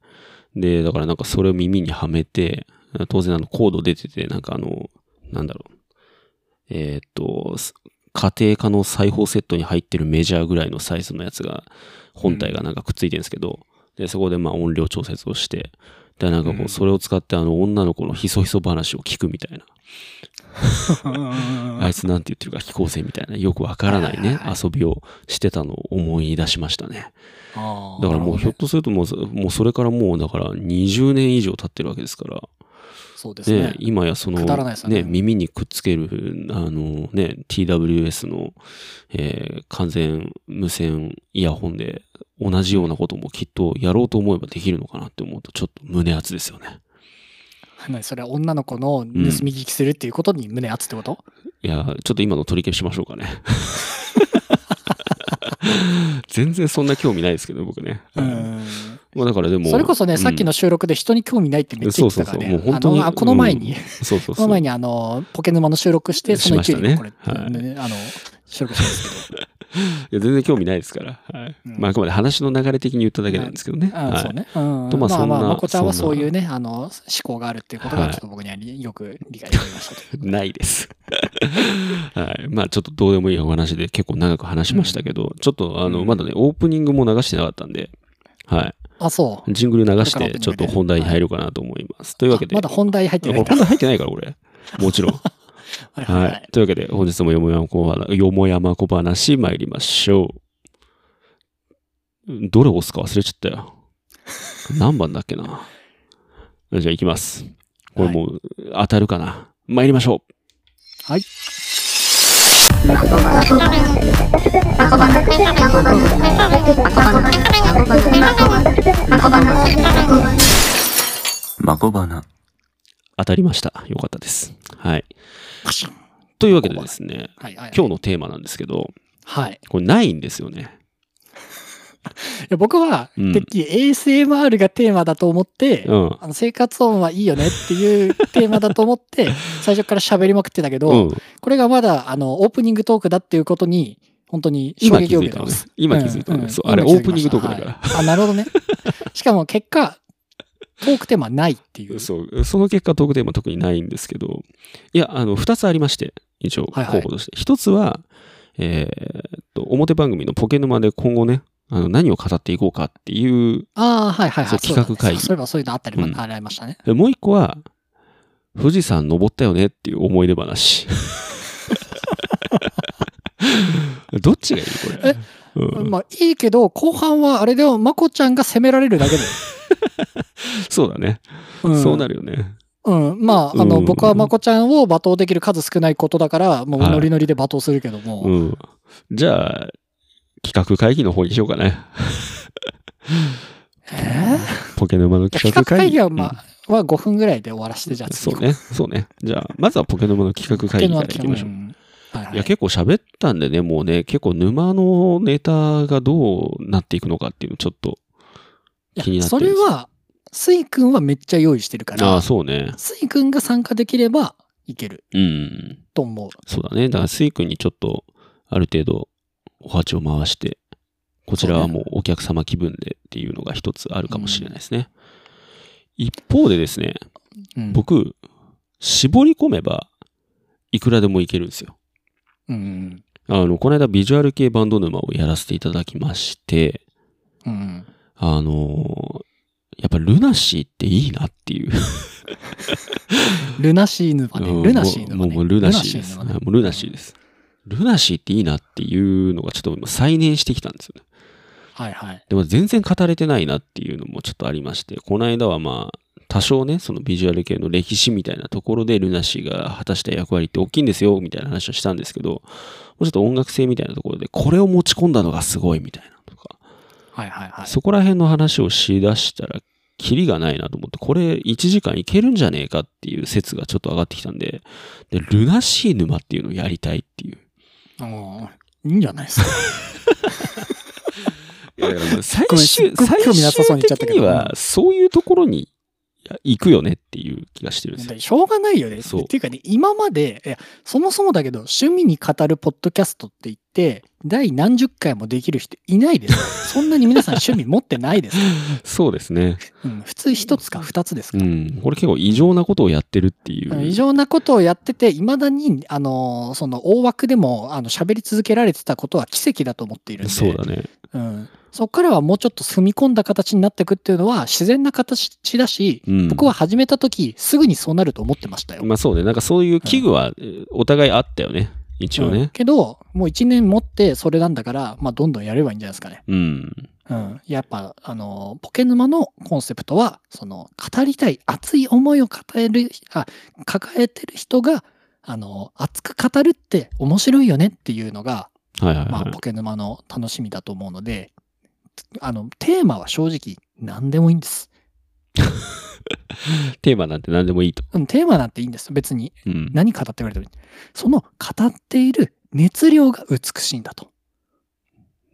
Speaker 1: で、だからなんかそれを耳にはめて、当然あのコード出てて、なんかあの、なんだろう。えーっと、す家庭科の裁縫セットに入ってるメジャーぐらいのサイズのやつが、本体がなんかくっついてるんですけど、で、そこでまあ音量調節をして、で、なんかこ
Speaker 2: う
Speaker 1: うんそれを使ってあの女の子のひそひそ話を聞くみたいな。
Speaker 2: うんうんうんうん
Speaker 1: あいつなんて言ってるか聞こうぜみたいな、よくわからない
Speaker 2: はい
Speaker 1: ね
Speaker 2: はいは、い
Speaker 1: 遊びをしてたのを思い出しましたね。
Speaker 2: あー
Speaker 1: だからもう
Speaker 2: なるほどね
Speaker 1: ひょっとするともうそもうそれからもうだから20年以上経ってるわけですから、
Speaker 2: そうです
Speaker 1: ね
Speaker 2: ね。
Speaker 1: 今やその
Speaker 2: くだらないですよね
Speaker 1: 耳にくっつけるあの、ね、TWS の、えー完全無線イヤホンで同じようなこともきっとやろうと思えばできるのかなって思うとちょっと胸熱ですよね。
Speaker 2: 何それは女の子の盗み聞きするっていうことに胸熱ってこと、
Speaker 1: いやちょっと今の取り消しましょうかね。全然そんな興味ないですけど僕ね。
Speaker 2: うん
Speaker 1: まあだからでも
Speaker 2: それこそね、さっきの収録で人に興味ないってめっちゃ言ってたか
Speaker 1: そ
Speaker 2: ら
Speaker 1: う
Speaker 2: ね
Speaker 1: そうそうもう本当に
Speaker 2: あのあこの前
Speaker 1: う
Speaker 2: に、
Speaker 1: んそうそう
Speaker 2: こ
Speaker 1: そ
Speaker 2: の
Speaker 1: う
Speaker 2: 前にあのポケ沼の収録してその勢い
Speaker 1: し
Speaker 2: でね
Speaker 1: ま
Speaker 2: こ
Speaker 1: し
Speaker 2: れ、
Speaker 1: たねはい
Speaker 2: ねあの収録したんですけど、
Speaker 1: いや全然興味ないですから、はい
Speaker 2: うん
Speaker 1: まあ、あくまで話の流れ的に言っただけなんですけどね。
Speaker 2: あ
Speaker 1: はい
Speaker 2: そうね、うん、
Speaker 1: とま
Speaker 2: ま
Speaker 1: あ
Speaker 2: あ
Speaker 1: そんな
Speaker 2: まあまこちゃんは
Speaker 1: そんな
Speaker 2: そういうねあの思考があるっていうこと
Speaker 1: は
Speaker 2: が
Speaker 1: い
Speaker 2: ちょっと僕にはりよく理解できましたと
Speaker 1: (laughs)
Speaker 2: いうこと
Speaker 1: (laughs)
Speaker 2: で
Speaker 1: ないです、はい。まあちょっとどうでもいいお話で結構長く話しましたけど、ちょっとあの、
Speaker 2: うん
Speaker 1: まだね、オープニングも流してなかったんで、は
Speaker 2: あそう
Speaker 1: い。ジングル流し
Speaker 2: これ
Speaker 1: て
Speaker 2: から
Speaker 1: ちょっと本題に入ろうかなと思います。というわけで、
Speaker 2: あまだ本題入って
Speaker 1: こ
Speaker 2: な
Speaker 1: れ
Speaker 2: いか
Speaker 1: 本題入ってないから、俺。もちろん。
Speaker 2: らはいはい、
Speaker 1: は
Speaker 2: はいい。
Speaker 1: というわけで、本日もよもやま小話、よもやま小話参りましょう。どれ押すか忘れちゃった
Speaker 2: (laughs)
Speaker 1: よ。何番だっけな。じゃあ行きます。これもう当たるかな。参りましょう。
Speaker 2: はい
Speaker 3: マコバナ。
Speaker 1: 当たりました。よかったです。はい。
Speaker 2: パシュン
Speaker 1: というわけでですね、
Speaker 2: はいはい
Speaker 1: 今日のテーマなんですけど、
Speaker 2: はいい
Speaker 1: これないんですよね。
Speaker 2: や僕は、
Speaker 1: うん
Speaker 2: てっきり ASMR がテーマだと思って、
Speaker 1: うん。
Speaker 2: あの生活音はいいよねっていうテーマだと
Speaker 1: (laughs)
Speaker 2: 思って最初から喋りまくってたけど、
Speaker 1: うん、
Speaker 2: これがまだあのオープニングトークだっていうことに本当に衝
Speaker 1: 今気
Speaker 2: 撃を
Speaker 1: づ
Speaker 2: 受
Speaker 1: い
Speaker 2: け
Speaker 1: た
Speaker 2: て
Speaker 1: の
Speaker 2: ま
Speaker 1: ね
Speaker 2: す。。
Speaker 1: 今気づいたのね。
Speaker 2: うん
Speaker 1: そう、あれオー
Speaker 2: 今気づ
Speaker 1: プ
Speaker 2: きま
Speaker 1: ニング
Speaker 2: した
Speaker 1: トークだから。
Speaker 2: はいあ、な
Speaker 1: (laughs)
Speaker 2: るほどね。しかも結果、トークテーマないっていう。
Speaker 1: そう、その結果トークテーマ特にないんですけど、いや、あの、二つありまして、一応
Speaker 2: はいはい
Speaker 1: 候補として。一、つは、えーっと、表番組のポケ沼で今後ね、あの何を語っていこうかっていう、
Speaker 2: ああ、はいはいは
Speaker 1: そう
Speaker 2: い。
Speaker 1: 企画会議
Speaker 2: そうだねそういえばそういうのあったりも、
Speaker 1: うん
Speaker 2: ありましたね。
Speaker 1: でもう一個は、富士山登ったよねっていう思い出話。 (laughs) どっちがいいこれ。うん、
Speaker 2: まあいいけど、後半はあれではまこちゃんが責められるだけで。
Speaker 1: そうだね、
Speaker 2: う
Speaker 1: (laughs)
Speaker 2: ん、
Speaker 1: そうな
Speaker 2: る。
Speaker 1: るよね。
Speaker 2: うん。まあ、あの、
Speaker 1: うん
Speaker 2: 僕はまこちゃんを罵倒できる数少ないことだから、もうノリノリで罵倒するけども。
Speaker 1: うん。じゃあ、企画会議の方にしようかね。
Speaker 2: えー
Speaker 1: ポケ沼の
Speaker 2: 企
Speaker 1: 企
Speaker 2: 画
Speaker 1: 画
Speaker 2: 会
Speaker 1: 会議。
Speaker 2: 議は、まあ、は5分ぐらいで終わらせて、じゃあ
Speaker 1: そ
Speaker 2: 次
Speaker 1: うね。そうね。じゃあ、まずはポケノマの企画会議からいきましょう。
Speaker 2: う。はいはい
Speaker 1: いや、結構喋ったんでね、もうね、結構沼のネタがどうなっていくのかっていうのちょっと。
Speaker 2: いや
Speaker 1: 気になって
Speaker 2: そ
Speaker 1: るんで
Speaker 2: れ
Speaker 1: す
Speaker 2: は、スイ君はめっちゃ用意してるか
Speaker 1: ああ、
Speaker 2: ら、
Speaker 1: そうね。
Speaker 2: スイ君が参加できればいける
Speaker 1: うん。
Speaker 2: と思う。
Speaker 1: そうだね。だから、スイ君にちょっと、ある程度、お鉢を回して、こちらはもうお客様気分でっていうのが一つあるかもしれないですね。一方でですね、
Speaker 2: うん、
Speaker 1: 僕、絞り込めば、いくらでもいけるんですよ。
Speaker 2: うん。
Speaker 1: あの、この間ビジュアル系バンド沼をやらせていただきまして、
Speaker 2: うん。
Speaker 1: あのーやっぱルナシーっていいなっていう。
Speaker 2: ルナシーヌは
Speaker 1: うん
Speaker 2: ね、ルナシーヌ
Speaker 1: も
Speaker 2: は
Speaker 1: う
Speaker 2: ね。
Speaker 1: もうルナシーです。
Speaker 2: ル
Speaker 1: は
Speaker 2: ナ
Speaker 1: い
Speaker 2: シーヌはね
Speaker 1: もうルナシーです。ルナシーっていいなっていうのがちょっと今再燃してきたんですよね。
Speaker 2: はいはい。
Speaker 1: でも全然語れてないなっていうのもちょっとありまして、この間はまあ、多少ね、そのビジュアル系の歴史みたいなところでルナシーが果たした役割って大きいんですよ、みたいな話をしたんですけど、もうちょっと音楽性みたいなところで、これを持ち込んだのがすごいみたいなとか、
Speaker 2: はいはいはい。
Speaker 1: そこら辺の話をしだしたら、キリがないなと思って、これ1時間いけるんじゃねえかっていう説がちょっと上がってきたんで、で、ルナシー沼っていうのをやりたいっていう。
Speaker 2: うんいいんじゃな
Speaker 1: (laughs)
Speaker 2: いですか。
Speaker 1: 最
Speaker 2: ごめん
Speaker 1: 終、
Speaker 2: すっご
Speaker 1: 最
Speaker 2: い興味なさそう
Speaker 1: 終
Speaker 2: に言っちゃった
Speaker 1: 的
Speaker 2: けど
Speaker 1: には、そういうところにいや行くよねっていう気がしてるんですよ。
Speaker 2: でしょうがないよね。
Speaker 1: そう
Speaker 2: っていうかね、今まで、いやそもそもだけど、趣味に語るポッドキャストって言って、第何十回もできる人いないです。そんなに皆さん趣味持ってないです。
Speaker 1: そうですね。
Speaker 2: うん、普通一つか二つです
Speaker 1: う
Speaker 2: から。
Speaker 1: ん。これ結構異常なことをやってるっていう。
Speaker 2: 異常なことをやってて、いまだに、あのーその大枠でも、あの、喋り続けられてたことは奇跡だと思っているんで、
Speaker 1: そうだね。
Speaker 2: うん、そこからはもうちょっと踏み込んだ形になっていくっていうのは、自然な形だし、
Speaker 1: うん。
Speaker 2: 僕は始めた時、すぐにそうなると思ってましたよ。
Speaker 1: まあそうね。なんかそういう器具は、お互いあったよね。一応
Speaker 2: うん
Speaker 1: ね。
Speaker 2: けど、もう1年持ってそれなんだから、まあ、どんどんやればいいんじゃないですかね。
Speaker 1: うん。
Speaker 2: うん。やっぱ、あの、ポケ沼のコンセプトは、その、語りたい、熱い思いを語える、あ、抱えてる人が、あの、熱く語るって面白いよねっていうのが、
Speaker 1: はいはい
Speaker 2: まあ、
Speaker 1: は
Speaker 2: ポケ沼の楽しみだと思うので、あの、テーマは正直、何でもいいんです。
Speaker 1: い。テーマなんて何でもいいと。
Speaker 2: うん、テーマなんていいんです。別に、
Speaker 1: うん。
Speaker 2: 何語って言われてもいい。その、語っている熱量が美しいんだと。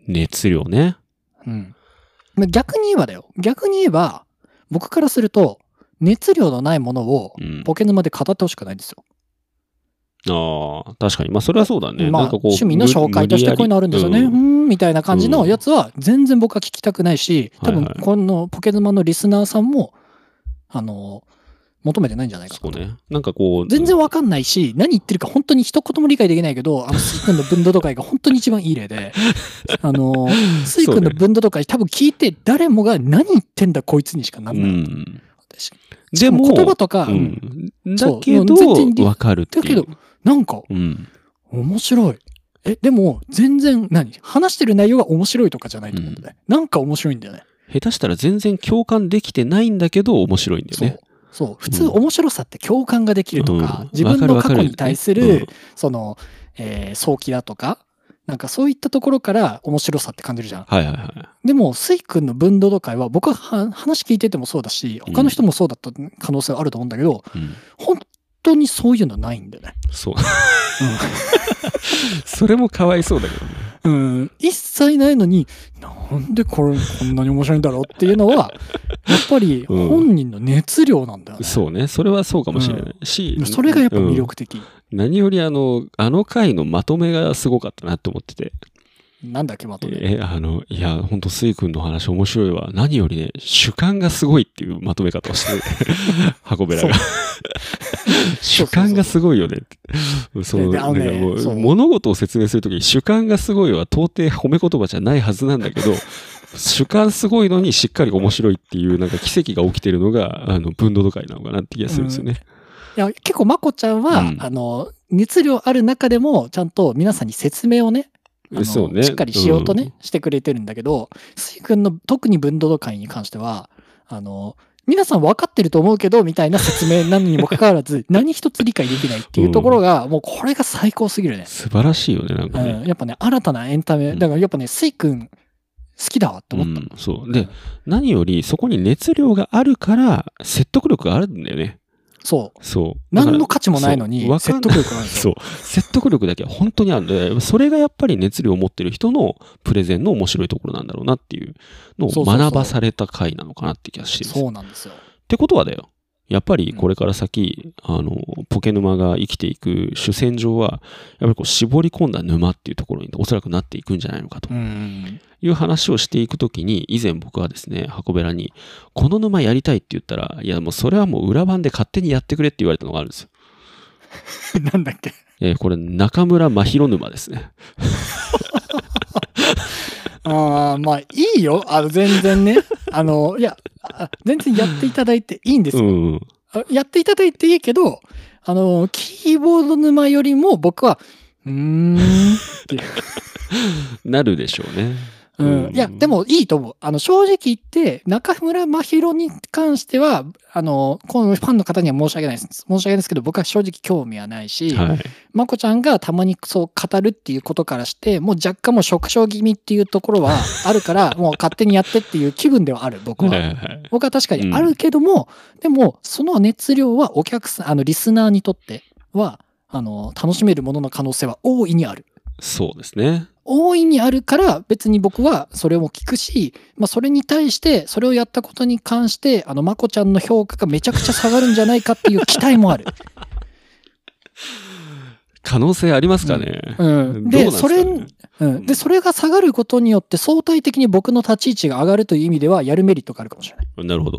Speaker 1: 熱量ね。
Speaker 2: うん。まあ逆に言えばだよ。逆に言えば、僕からすると、熱量のないものを
Speaker 1: うん。
Speaker 2: ポケ沼で語ってほしくないんですよ。
Speaker 1: ああ、確かに。まあ、それはそうだね。
Speaker 2: まあ、
Speaker 1: なんかこう
Speaker 2: 趣味の紹介としてこういうのあるんですよね。う
Speaker 1: 無
Speaker 2: ー
Speaker 1: 理やり
Speaker 2: ん、みたいな感じ
Speaker 1: う
Speaker 2: の
Speaker 1: ん
Speaker 2: やつは、全然僕は聞きたくないし、多分
Speaker 1: はいはい
Speaker 2: このポケ沼のリスナーさんも、あの、求めてないんじゃないか
Speaker 1: そう
Speaker 2: と。
Speaker 1: ね。なんかこう、
Speaker 2: 全然わかんないし、何言ってるか本当に一言も理解できないけど、あの、スイ君の分度とかが本当に一番いい
Speaker 1: (laughs)
Speaker 2: 例で、あの、スイ君の分度とか多分聞いて、誰もが何言ってんだこいつにしかな
Speaker 1: うん
Speaker 2: ない。
Speaker 1: ん。
Speaker 2: 私
Speaker 1: で
Speaker 2: も
Speaker 1: も、
Speaker 2: 言葉とか、
Speaker 1: うん、だ
Speaker 2: そう
Speaker 1: け
Speaker 2: 全然理
Speaker 1: ど、わかるってい
Speaker 2: だ
Speaker 1: う。
Speaker 2: けど、なんか、
Speaker 1: うん。
Speaker 2: 面白い。え、でも、全然、何話してる内容が面白いとかじゃないと思うんだよね。なんか面白いんだよね。
Speaker 1: 下手したら全然共感できてないんだけど、面白いんだよ
Speaker 2: そう。
Speaker 1: ね。
Speaker 2: そう。普通、面白さって共感ができるとか、
Speaker 1: うん
Speaker 2: 自分の過去に対する、
Speaker 1: わかるわかる
Speaker 2: その、えー、早期だとか、なんかそういったところから面白さって感じるじゃん。
Speaker 1: はいはいは
Speaker 2: でも、スイ君の分度度会は、僕はは話聞いててもそうだし、他の人もそうだった可能性はあると思うんだけど、
Speaker 1: い。うん、
Speaker 2: 本当にそういうのないんだよね。
Speaker 1: そう。
Speaker 2: うん
Speaker 1: (laughs) それもかわいそうだけどね。
Speaker 2: うん、一切ないのに、なんでこれこんなに面白いんだろうっていうのは、
Speaker 1: (laughs)
Speaker 2: やっぱり
Speaker 1: うん
Speaker 2: 本人の熱量なんだよね。
Speaker 1: そうね。それはそうかもしれないし。
Speaker 2: それがやっぱ魅
Speaker 1: うん
Speaker 2: 力的。
Speaker 1: 何よりあの、あの回のまとめがすごかったなって思ってて。
Speaker 2: なんだっけ、まとめ。
Speaker 1: え、あの、いや、ほんと、スイ君の話面白いわ。何よりね、主観がすごいっていうまとめ方をしてる。
Speaker 2: (laughs)
Speaker 1: 箱べらが。 (laughs) 主観がすごいよねって。そう、
Speaker 2: で
Speaker 1: な
Speaker 2: あの
Speaker 1: ん
Speaker 2: ね
Speaker 1: かも、
Speaker 2: そうう
Speaker 1: 物事を説明するときに主観がすごいは到底褒め言葉じゃないはずなんだけ
Speaker 2: (laughs)
Speaker 1: ど、主観すごいのにしっかり面白いっていう、なんか奇跡が起きてるのが、あの、分度度会なのかなって気がするんですよね。
Speaker 2: いや結構、まこちゃんは、
Speaker 1: うん
Speaker 2: あの、熱量ある中でも、ちゃんと皆さんに説明をね、あの
Speaker 1: そうね。
Speaker 2: しっかりしようとね、
Speaker 1: ん
Speaker 2: してくれてるんだけど、スイ君の特に分度度会に関しては、あの、皆さん分かってると思うけど、みたいな説明なのにもかかわ
Speaker 1: (laughs)
Speaker 2: らず、何一つ理解できないっていうところが、もうこれが最高すぎるね。
Speaker 1: 素晴らしいよね、なんか
Speaker 2: うん
Speaker 1: ね。
Speaker 2: やっぱね、新たなエンタメ、
Speaker 1: うん
Speaker 2: だからやっぱね、スイ君好きだわって思っ
Speaker 1: うんそう。
Speaker 2: た。
Speaker 1: で、何よりそこに熱量があるから説得力があるんだよね。
Speaker 2: そう。
Speaker 1: そう。だから
Speaker 2: 何の価値もないの
Speaker 1: そう
Speaker 2: に
Speaker 1: わ、かん
Speaker 2: 説得力があるんで
Speaker 1: (laughs)
Speaker 2: す
Speaker 1: そ
Speaker 2: よ。
Speaker 1: う。説得力だけは本当にあるので、それがやっぱり熱量を持ってる人のプレゼンの面白いところなんだろうなっていうの
Speaker 2: そ
Speaker 1: を
Speaker 2: うそうそう
Speaker 1: 学ばされた回なのかなって気がしてます。
Speaker 2: そうなんですよ。
Speaker 1: ってことはだよ。やっぱりこれから先、あの、ポケ沼が生きていく主戦場は、やっぱりこう絞り込んだ沼っていうところにおそらくなっていくんじゃないのかと
Speaker 2: うん。 (laughs)
Speaker 1: いう話をしていくときに、以前僕はですね、箱べらに、この沼やりたいって言ったら、いやもうそれはもう裏番で勝手にやってくれって言われたのがあるんですよ。
Speaker 2: なんだっけ。
Speaker 1: えーこれ中村真宙沼ですね。
Speaker 2: ああ、まあいいよ。あの、全然ね。 (laughs) あの、いや、あ全然やっていただいていいんです
Speaker 1: う
Speaker 2: よ、
Speaker 1: ん。
Speaker 2: あやっていただいていいけど、あの、キーボード沼よりも僕は、うーんっていう。
Speaker 1: なるでしょうね。
Speaker 2: うん、いや、で、もいいと思う。あの、正直言って、中村真宙に関しては、あの、このファンの方には申し訳ないです。申し訳ないですけど、僕は正直興味はないし、
Speaker 1: はい。
Speaker 2: まこちゃんがたまにそう語るっていうことからして、もう若干もう食傷気味っていうところはあるから、もう勝手にやってっていう気分ではある、僕
Speaker 1: はいは
Speaker 2: は。
Speaker 1: いはい。
Speaker 2: 僕は確かにあるけども、でも、その熱量はお客さん、あの、リスナーにとっては、あの、楽しめるものの可能性は大いにある。
Speaker 1: そうですね。
Speaker 2: 大いにあるから別に僕はそれも聞くし、まあ、それに対してそれをやったことに関してあのまこちゃんの評価がめちゃくちゃ下がるんじゃないかっ
Speaker 1: (laughs)
Speaker 2: ていう期待もある。
Speaker 1: 可能性ありますかね。
Speaker 2: う
Speaker 1: ど
Speaker 2: ん、
Speaker 1: う
Speaker 2: で
Speaker 1: なんすか
Speaker 2: それ、
Speaker 1: ね
Speaker 2: うん、でそれが下がることによって相対的に僕の立ち位置が上がるという意味ではやるメリットがあるかもしれない。
Speaker 1: なるほど。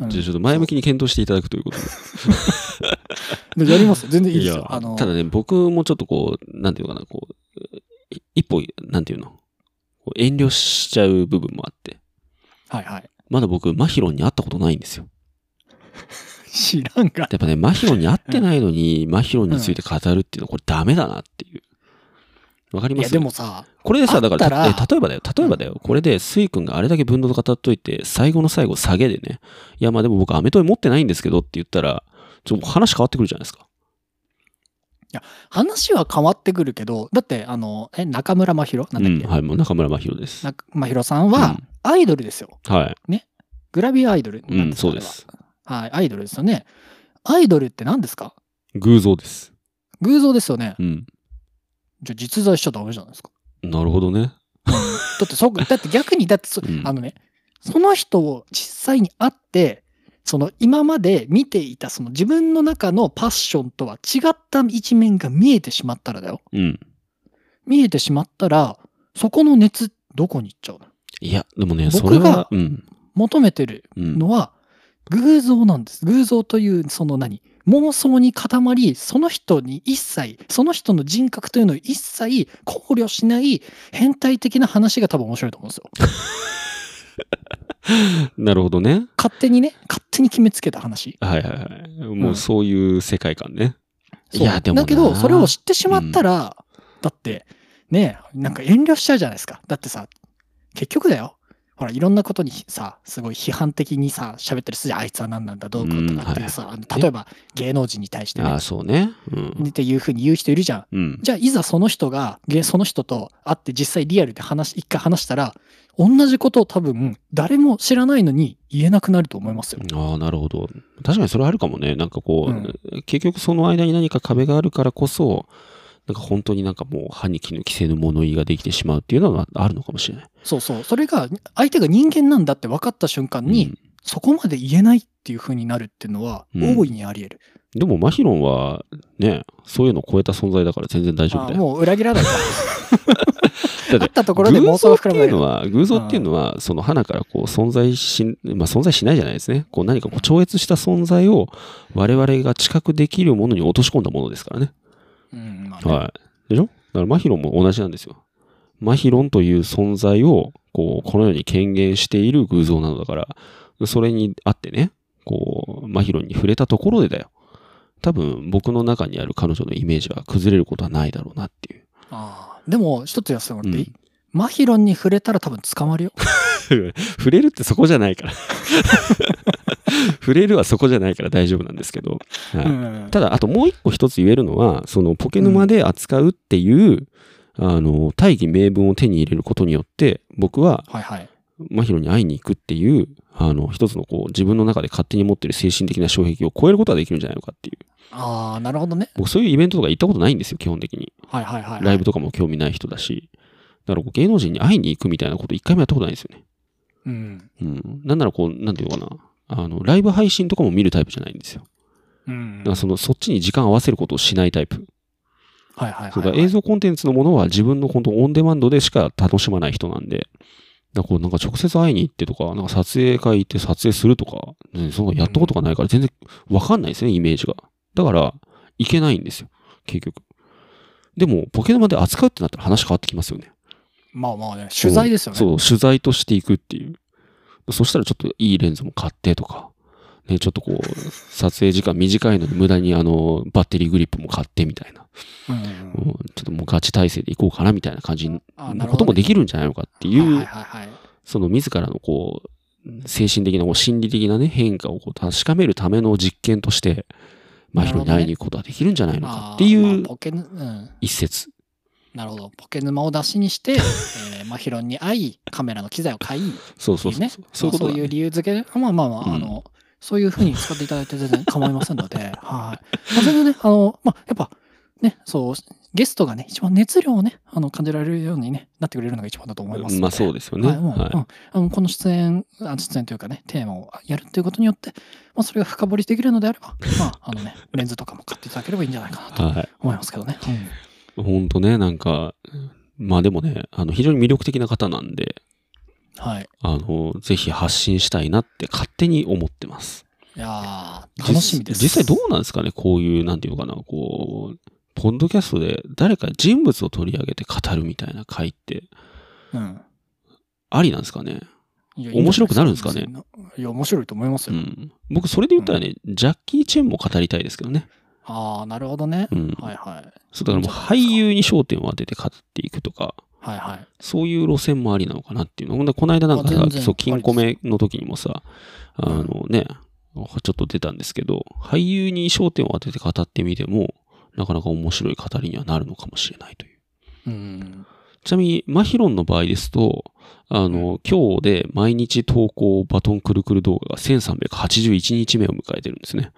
Speaker 2: うん
Speaker 1: じゃあちょっと前向きに検討していただくということで。
Speaker 2: でやりますよ全然いいです
Speaker 1: い
Speaker 2: よ。
Speaker 1: や
Speaker 2: あの
Speaker 1: ただね、僕もちょっとこう、なんていうのかな、こう、い一歩、なんていうの、こう遠慮しちゃう部分もあって、
Speaker 2: はいはい。
Speaker 1: まだ僕、マヒロンに会ったことないんですよ。
Speaker 2: 知らんが。
Speaker 1: やっぱね、マヒロンに会ってないの
Speaker 2: (laughs)
Speaker 1: に、マヒロンについて語るっていうのは、これダメだなっていう。わかり
Speaker 2: い
Speaker 1: ま
Speaker 2: や
Speaker 1: す
Speaker 2: でもさ、
Speaker 1: これでさ、だから、
Speaker 2: あったら
Speaker 1: え例えばだよ、例えばだよ、これで、スイ君があれだけ分度と語っといて、最後の最後、下げでね、いや、まあでも僕、アメトー持ってないんですけどって言ったら、ちょっと話変わってくるじゃないですか。
Speaker 2: 話は変わってくるけど、だってあの、え、中村真宙なんだっけ、
Speaker 1: うん、はい、もう中村真宙です。
Speaker 2: 中真宙さんはアイドルですよ。
Speaker 1: はい。
Speaker 2: グラビアアイドルなん
Speaker 1: う
Speaker 2: ですか。
Speaker 1: ん、そうで
Speaker 2: あれは
Speaker 1: す。
Speaker 2: はい、アイドルですよね。アイドルって何ですか
Speaker 1: 偶像です。
Speaker 2: 偶像ですよね。
Speaker 1: うん。
Speaker 2: じゃあ実在しちゃダメじゃないですか。
Speaker 1: なるほどね。
Speaker 2: (laughs) だってそ、だって逆に、だってそ、
Speaker 1: うん
Speaker 2: あのね、その人を実際に会って、その今まで見ていたその自分の中のパッションとは違った一面が見えてしまったらだよ。
Speaker 1: うん。
Speaker 2: 見えてしまったら、そこの熱、どこに行っちゃうの
Speaker 1: いや、でもね、それ
Speaker 2: 僕
Speaker 1: は
Speaker 2: が、
Speaker 1: うん。
Speaker 2: 求めてる
Speaker 1: うん
Speaker 2: のは偶像なんです。偶像というその何妄想に固まり、その人に一切、その人の人格というのを一切考慮しない変態的な話が多分面白いと思うんですよ。
Speaker 1: なるほどね。
Speaker 2: 勝手にね、勝手に決めつけた話。
Speaker 1: はいはいはい。
Speaker 2: う
Speaker 1: もうんそういう世界観ね。
Speaker 2: そう
Speaker 1: いや、でもな。
Speaker 2: だけど、それを知ってしまったら、だって、ねえ、なんか遠慮しちゃうじゃないですか。だってさ、結局だよ。ほら、いろんなことにさ、すごい批判的にさ、喋ったりするじゃんあいつは何なんだ、どうかとかっていうさ、あの例えば芸能人に対してね
Speaker 1: ああ、そうね。うん。
Speaker 2: っていうふうに言う人いるじゃん。
Speaker 1: うん。
Speaker 2: じゃあいざその人がげその人と会って実際リアルで話一回話したら同じことを多分誰も知らないのに言えなくなると思いますよ。
Speaker 1: ああ、なるほど。確かにそれあるかもね。なんかこう、
Speaker 2: う
Speaker 1: 結局その間に何か壁があるからこそ、なんか本当になんかもう歯に衣着せぬ物言いができてしまうっていうのはあるのかもしれない。
Speaker 2: そうそう。それが相手が人間なんだって分かった瞬間に、
Speaker 1: うん
Speaker 2: そこまで言えないっていうふうになるっていうのは
Speaker 1: うん
Speaker 2: 大いにあり得る。
Speaker 1: でも、マヒロンは、ね、そういうのを超えた存在だから全然大丈夫 (laughs)
Speaker 2: あ
Speaker 1: だよ。
Speaker 2: もう裏切らないか
Speaker 1: だっ。て
Speaker 2: 会ったところで妄想が膨ら
Speaker 1: 偶
Speaker 2: ま
Speaker 1: 像っていう
Speaker 2: れ
Speaker 1: の
Speaker 2: る。
Speaker 1: は、偶像っていうのは、その花からこう存在し、まあ存在しないじゃないですね。こう何かこう超越した存在を我々が知覚できるものに落とし込んだものですからね。
Speaker 2: うんまあね
Speaker 1: はい。でしょだからマヒロンも同じなんですよ。マヒロンという存在を、こう、このように権限している偶像なのだから、それにあってね、こう、マヒロンに触れたところでだよ。多分僕の中にある彼女のイメージは崩れることはないだろうなっていう。 (laughs)
Speaker 2: ああでも一つ言わせてもらっていい、
Speaker 1: うん
Speaker 2: マヒロンに触れたら多分捕まるよ。
Speaker 1: 触れるってそこじゃないから。 (laughs) 触れるはそこじゃないから大丈夫なんですけど。はい
Speaker 2: うん
Speaker 1: ただ、あともう一個一つ言えるのは、そのポケ沼で扱うっていう、あの、大義名分を手に入れることによって、僕は
Speaker 2: はいはい。
Speaker 1: 真宙に会いに行くっていう、あの、一つのこう、自分の中で勝手に持ってる精神的な障壁を超えることができるんじゃないのかっていう。
Speaker 2: ああ、なるほどね。
Speaker 1: 僕、そういうイベントとか行ったことないんですよ、基本的に。
Speaker 2: はいはいはいはい。
Speaker 1: ライブとかも興味ない人だし。だからこう、芸能人に会いに行くみたいなこと一回もやったことないんですよね。
Speaker 2: うん。
Speaker 1: うん。なんならこう、なんていうのかな。あの、ライブ配信とかも見るタイプじゃないんですよ。
Speaker 2: うん。
Speaker 1: だからその、そっちに時間合わせることをしないタイプ。
Speaker 2: はいはい
Speaker 1: そう
Speaker 2: は
Speaker 1: だ
Speaker 2: い。
Speaker 1: 映像コンテンツのものは自分の本当オンデマンドでしか楽しまない人なんで、だからこうなんか直接会いに行ってとか、なんか撮影会行って撮影するとか、ねそのやったことがないから全然わかんないですね、イメージが。だから、行けないんですよ、結局。でも、ポケマで扱うってなったら話変わってきますよね。
Speaker 2: まあまあね、取材ですよね。
Speaker 1: そう、取材としていくっていう。そしたらちょっといいレンズも買ってとか、ね、ちょっとこう、撮影時間短いのに無駄にあの、バッテリーグリップも買ってみたいな。
Speaker 2: うんう
Speaker 1: うんんちょっともうガチ体制でいこうかなみたいな感じの
Speaker 2: あーなる
Speaker 1: こ
Speaker 2: ほ
Speaker 1: とも
Speaker 2: どね
Speaker 1: できるんじゃないのかって
Speaker 2: う
Speaker 1: い、
Speaker 2: ん。はいうはいはい。
Speaker 1: その自らのこう、精神的なこう心理的なね、変化をこう確かめるための実験として、まあ、
Speaker 2: なる
Speaker 1: 広
Speaker 2: ほど
Speaker 1: に会
Speaker 2: ね
Speaker 1: いに行くことができるんじゃないのか
Speaker 2: あー
Speaker 1: っていう
Speaker 2: まあポケヌ、うん。
Speaker 1: 一説。
Speaker 2: なるほど。ポケ沼を出し
Speaker 1: (laughs)
Speaker 2: にして、えー、マヒロンに会い、カメラの機材を買い、
Speaker 1: そうそうそう。
Speaker 2: ね
Speaker 1: (laughs) そういうことだ
Speaker 2: まあそういう
Speaker 1: ね。
Speaker 2: 理由付けで、まあまあまあ、
Speaker 1: うん
Speaker 2: あの、そういうふうに使っていただいて全然構いませ
Speaker 1: (laughs)
Speaker 2: んので、はい。まあ、全然ね、あの、まあ、やっぱ、ね、そう、ゲストがね、一番熱量をね、あの感じられるように、ね、なってくれるのが一番だと思いますので。
Speaker 1: まあそう
Speaker 2: で
Speaker 1: ですよね。
Speaker 2: はいもう
Speaker 1: は
Speaker 2: う
Speaker 1: い
Speaker 2: んあのこの出演、あ出演というかね、テーマをやるっていうことによって、まあ、それが深掘りできるのであれ
Speaker 1: (laughs)
Speaker 2: ば、まあ、あのね、レンズとかも買っていただければいいんじゃないかなと
Speaker 1: はい。
Speaker 2: 思いますけどね。うん
Speaker 1: ほんとね、なんか、まあでもね、あの、非常に魅力的な方なんで、
Speaker 2: はい。
Speaker 1: あの、ぜひ発信したいなって勝手に思ってます。
Speaker 2: いやー楽しみです。
Speaker 1: 実際どうなんですかねこういう、なんていうのかな、こう、ポッドキャストで誰か人物を取り上げて語るみたいな回って、
Speaker 2: うん。
Speaker 1: ありなんですかね
Speaker 2: いや
Speaker 1: 面白くなるんですかね。
Speaker 2: いいじゃないですかいや、面白いと思います
Speaker 1: う
Speaker 2: よ。
Speaker 1: ん。僕、それで言ったらね、ジャッキー・チェンも語りたいですけどね。
Speaker 2: ああ、なるほどね
Speaker 1: う。ん。
Speaker 2: はいはい。
Speaker 1: そう、だからもう俳優に焦点を当てて語っていくとか、
Speaker 2: はいはい。
Speaker 1: そういう路線もありなのかなっていうの。ほんでこの間なんか
Speaker 2: あ
Speaker 1: さ
Speaker 2: 全、然
Speaker 1: そう、金庫目の時にもさ、あのね、ちょっと出たんですけど、俳優に焦点を当てて語ってみても、なかなか面白い語りにはなるのかもしれないという。
Speaker 2: うん。
Speaker 1: ちなみに、マヒロンの場合ですと、あの、今日で毎日投稿バトンくるくる動画が1381日目を迎えてるんですね。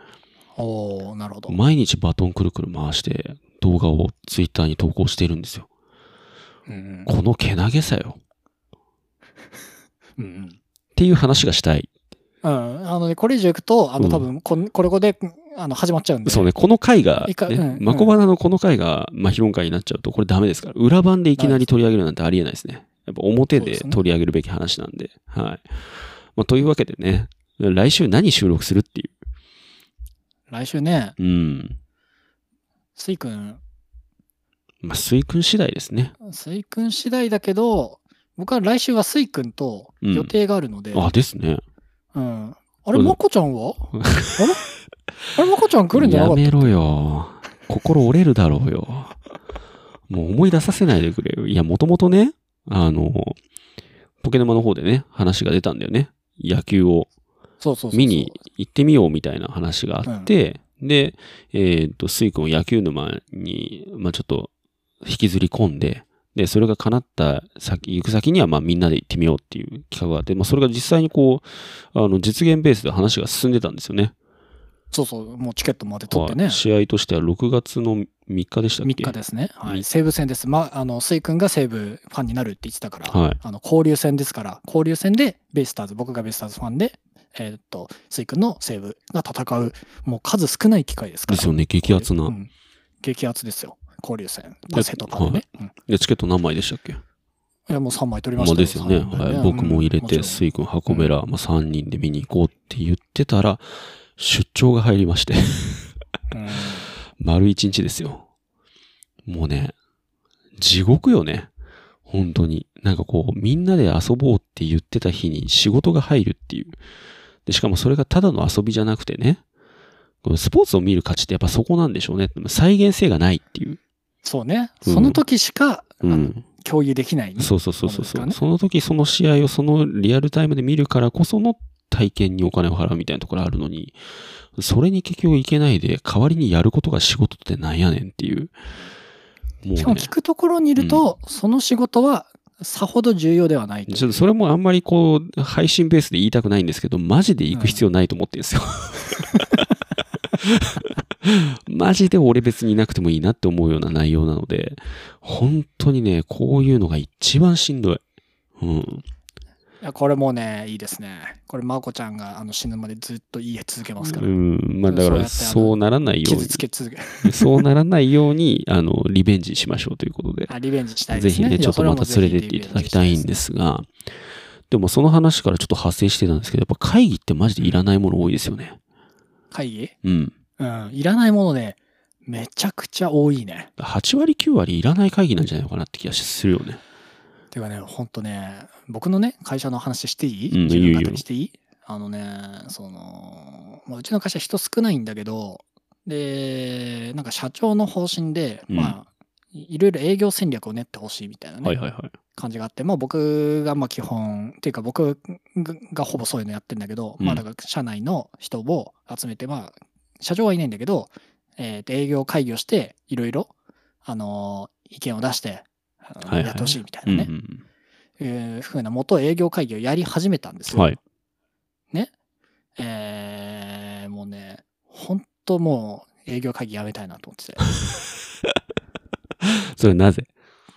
Speaker 2: おおなるほど。
Speaker 1: 毎日バトンくるくる回して動画をツイッターに投稿してるんですよ。
Speaker 2: うん
Speaker 1: このけなげさよ。
Speaker 2: うん。うん。
Speaker 1: っていう話がしたい。
Speaker 2: うんあのね、これ以上いくと、あ
Speaker 1: う
Speaker 2: の、
Speaker 1: ん
Speaker 2: 多分こん、これこで、あの、始まっちゃうんで。
Speaker 1: そうね、この回が、
Speaker 2: いかう
Speaker 1: ね
Speaker 2: ん、
Speaker 1: マコバナのこの回がマヒロン回になっちゃうと、これダメですから。裏版でいきなり取り上げるなんてありえないですね。やっぱ表
Speaker 2: そう
Speaker 1: で
Speaker 2: ですね
Speaker 1: 取り上げるべき話なんで。はい。まあ、というわけでね、来週何収録するってい
Speaker 2: 来週ね、
Speaker 1: う。うん。
Speaker 2: スイ君、
Speaker 1: まあ、水君次第ですね。
Speaker 2: スイ君次第だけど、僕は来週はスイ君と
Speaker 1: うん
Speaker 2: 予定があるので、
Speaker 1: あ、ですね。
Speaker 2: うん。あれ、
Speaker 1: そうだ
Speaker 2: まこちゃんは
Speaker 1: (laughs)
Speaker 2: あれあれ、まこちゃん来るんじゃなか
Speaker 1: や
Speaker 2: った
Speaker 1: めろよ。心折れるだろうよ。もう思い出させないでくれよ。いや、もともとね、あの、ポケ沼の方でね、話が出たんだよね。野球を
Speaker 2: そうそうそうそう。
Speaker 1: 見に行ってみようみたいな話があって、で、えっと、スイ君を野球沼に、まあちょっと引きずり込んで、で、それが叶った先、行く先には、まあみんなで行ってみようっていう企画があって、まあそれが実際にこう、あの、実現ベースで話が進んでたんですよね。
Speaker 2: そうそう、もうチケットまで取ってね
Speaker 1: はい。試合としては6月の3日でしたっけ
Speaker 2: 3日ですね、は
Speaker 1: み
Speaker 2: い、西武戦です、まあ、あの水君が西武ファンになるって言ってたから、
Speaker 1: はい
Speaker 2: あの交流戦ですから、交流戦でベイスターズ、僕がベイスターズファンで、えーっと水君の西武が戦う、もう数少ない機会ですから、
Speaker 1: ですよね、激アツな。
Speaker 2: うん激アツですよ、交流戦、
Speaker 1: で
Speaker 2: セトパでね、うん
Speaker 1: で、チケット何枚でしたっけ
Speaker 2: いやもう3枚取り
Speaker 1: ま
Speaker 2: まし
Speaker 1: あ
Speaker 2: た
Speaker 1: ですよね。
Speaker 2: 三枚
Speaker 1: はい。僕も入れ
Speaker 2: う
Speaker 1: て、
Speaker 2: ん
Speaker 1: スイ君、箱べら、まあ3人で見に行こうって言ってたら、出張が入りまして、 (laughs)
Speaker 2: うん
Speaker 1: 丸1日ですよ。もうね、地獄よね。本当に。なんかこう、みんなで遊ぼうって言ってた日に仕事が入るっていう。で、しかもそれがただの遊びじゃなくてね、このスポーツを見る価値ってやっぱそこなんでしょうね。再現性がないっていう。
Speaker 2: そうね、
Speaker 1: うん
Speaker 2: その時しか、あ
Speaker 1: う
Speaker 2: の
Speaker 1: ん。
Speaker 2: 共有できない、
Speaker 1: そうそうそうそうそ
Speaker 2: もの
Speaker 1: う、
Speaker 2: です
Speaker 1: その時その試合をそのリアルタイムで見るからこその体験にお金を払うみたいなところあるのに、それに結局いけないで、代わりにやることが仕事ってなんやねんっていう。もう
Speaker 2: しかも
Speaker 1: ね
Speaker 2: 聞くところにいると、その仕事はさほど重要ではないと
Speaker 1: ちょっとそれもあんまりこう、配信ベースで言いたくないんですけど、マジで行く必要ないと思ってるんですよ。 (laughs) マジで俺別にいなくてもいいなって思うような内容なので、本当にね、こういうのが一番しんどい。うん。
Speaker 2: いやこれもね、いいですね。これ、まこちゃんがあの死ぬまでずっと言い続けますから。
Speaker 1: うん、まあだから、
Speaker 2: そ
Speaker 1: そうならないよう
Speaker 2: 傷つ
Speaker 1: に、
Speaker 2: け続け。
Speaker 1: (laughs) そうならないように、あの、リベンジしましょうということで。
Speaker 2: あリベンジしたいで
Speaker 1: ぜ
Speaker 2: す
Speaker 1: ひ
Speaker 2: ね。
Speaker 1: ね、
Speaker 2: い
Speaker 1: ち
Speaker 2: や
Speaker 1: ょっとまた
Speaker 2: それ
Speaker 1: 連
Speaker 2: も
Speaker 1: れ
Speaker 2: ぜ
Speaker 1: て
Speaker 2: ひ
Speaker 1: っていただきたいん
Speaker 2: リベンジし
Speaker 1: ですが、でもその話からちょっと派生してたんですけど、やっぱ会議ってマジでいらないもの多いですよね。
Speaker 2: たいです。
Speaker 1: うん。
Speaker 2: 会議うん。いらないものね、めちゃくちゃ多いね。
Speaker 1: 8割9割いらない会議なんじゃないのかなって気がするよね。
Speaker 2: ていうかね、ほんとね、僕のね、会社の話していい、
Speaker 1: うん
Speaker 2: 自
Speaker 1: いい
Speaker 2: 分
Speaker 1: よ
Speaker 2: 語りしていいあのね、その、まあ、うちの会社人少ないんだけど、で、なんか社長の方針で、
Speaker 1: うん
Speaker 2: まあ、いいろいろ営業戦略を練ってほしいみたいなね、
Speaker 1: はいはいはい。
Speaker 2: 感じがあって、まあ僕がまあ基本、っていうか僕ががほぼそういうのやってんだけど、
Speaker 1: うん
Speaker 2: まあだから社内の人を集めて、まあ社長はいないんだけど、えーと営業会議をして、いろいろ、あのー意見を出して、あの
Speaker 1: はいはい
Speaker 2: やってほしいみたい
Speaker 1: うん
Speaker 2: な
Speaker 1: う
Speaker 2: ね、
Speaker 1: ん
Speaker 2: いうふうな元営業会議をやり始めたんです
Speaker 1: うん。
Speaker 2: よ。
Speaker 1: はい。
Speaker 2: えーもうね、本当もう営業会議やめたいなと思って (laughs) て。
Speaker 1: それなぜ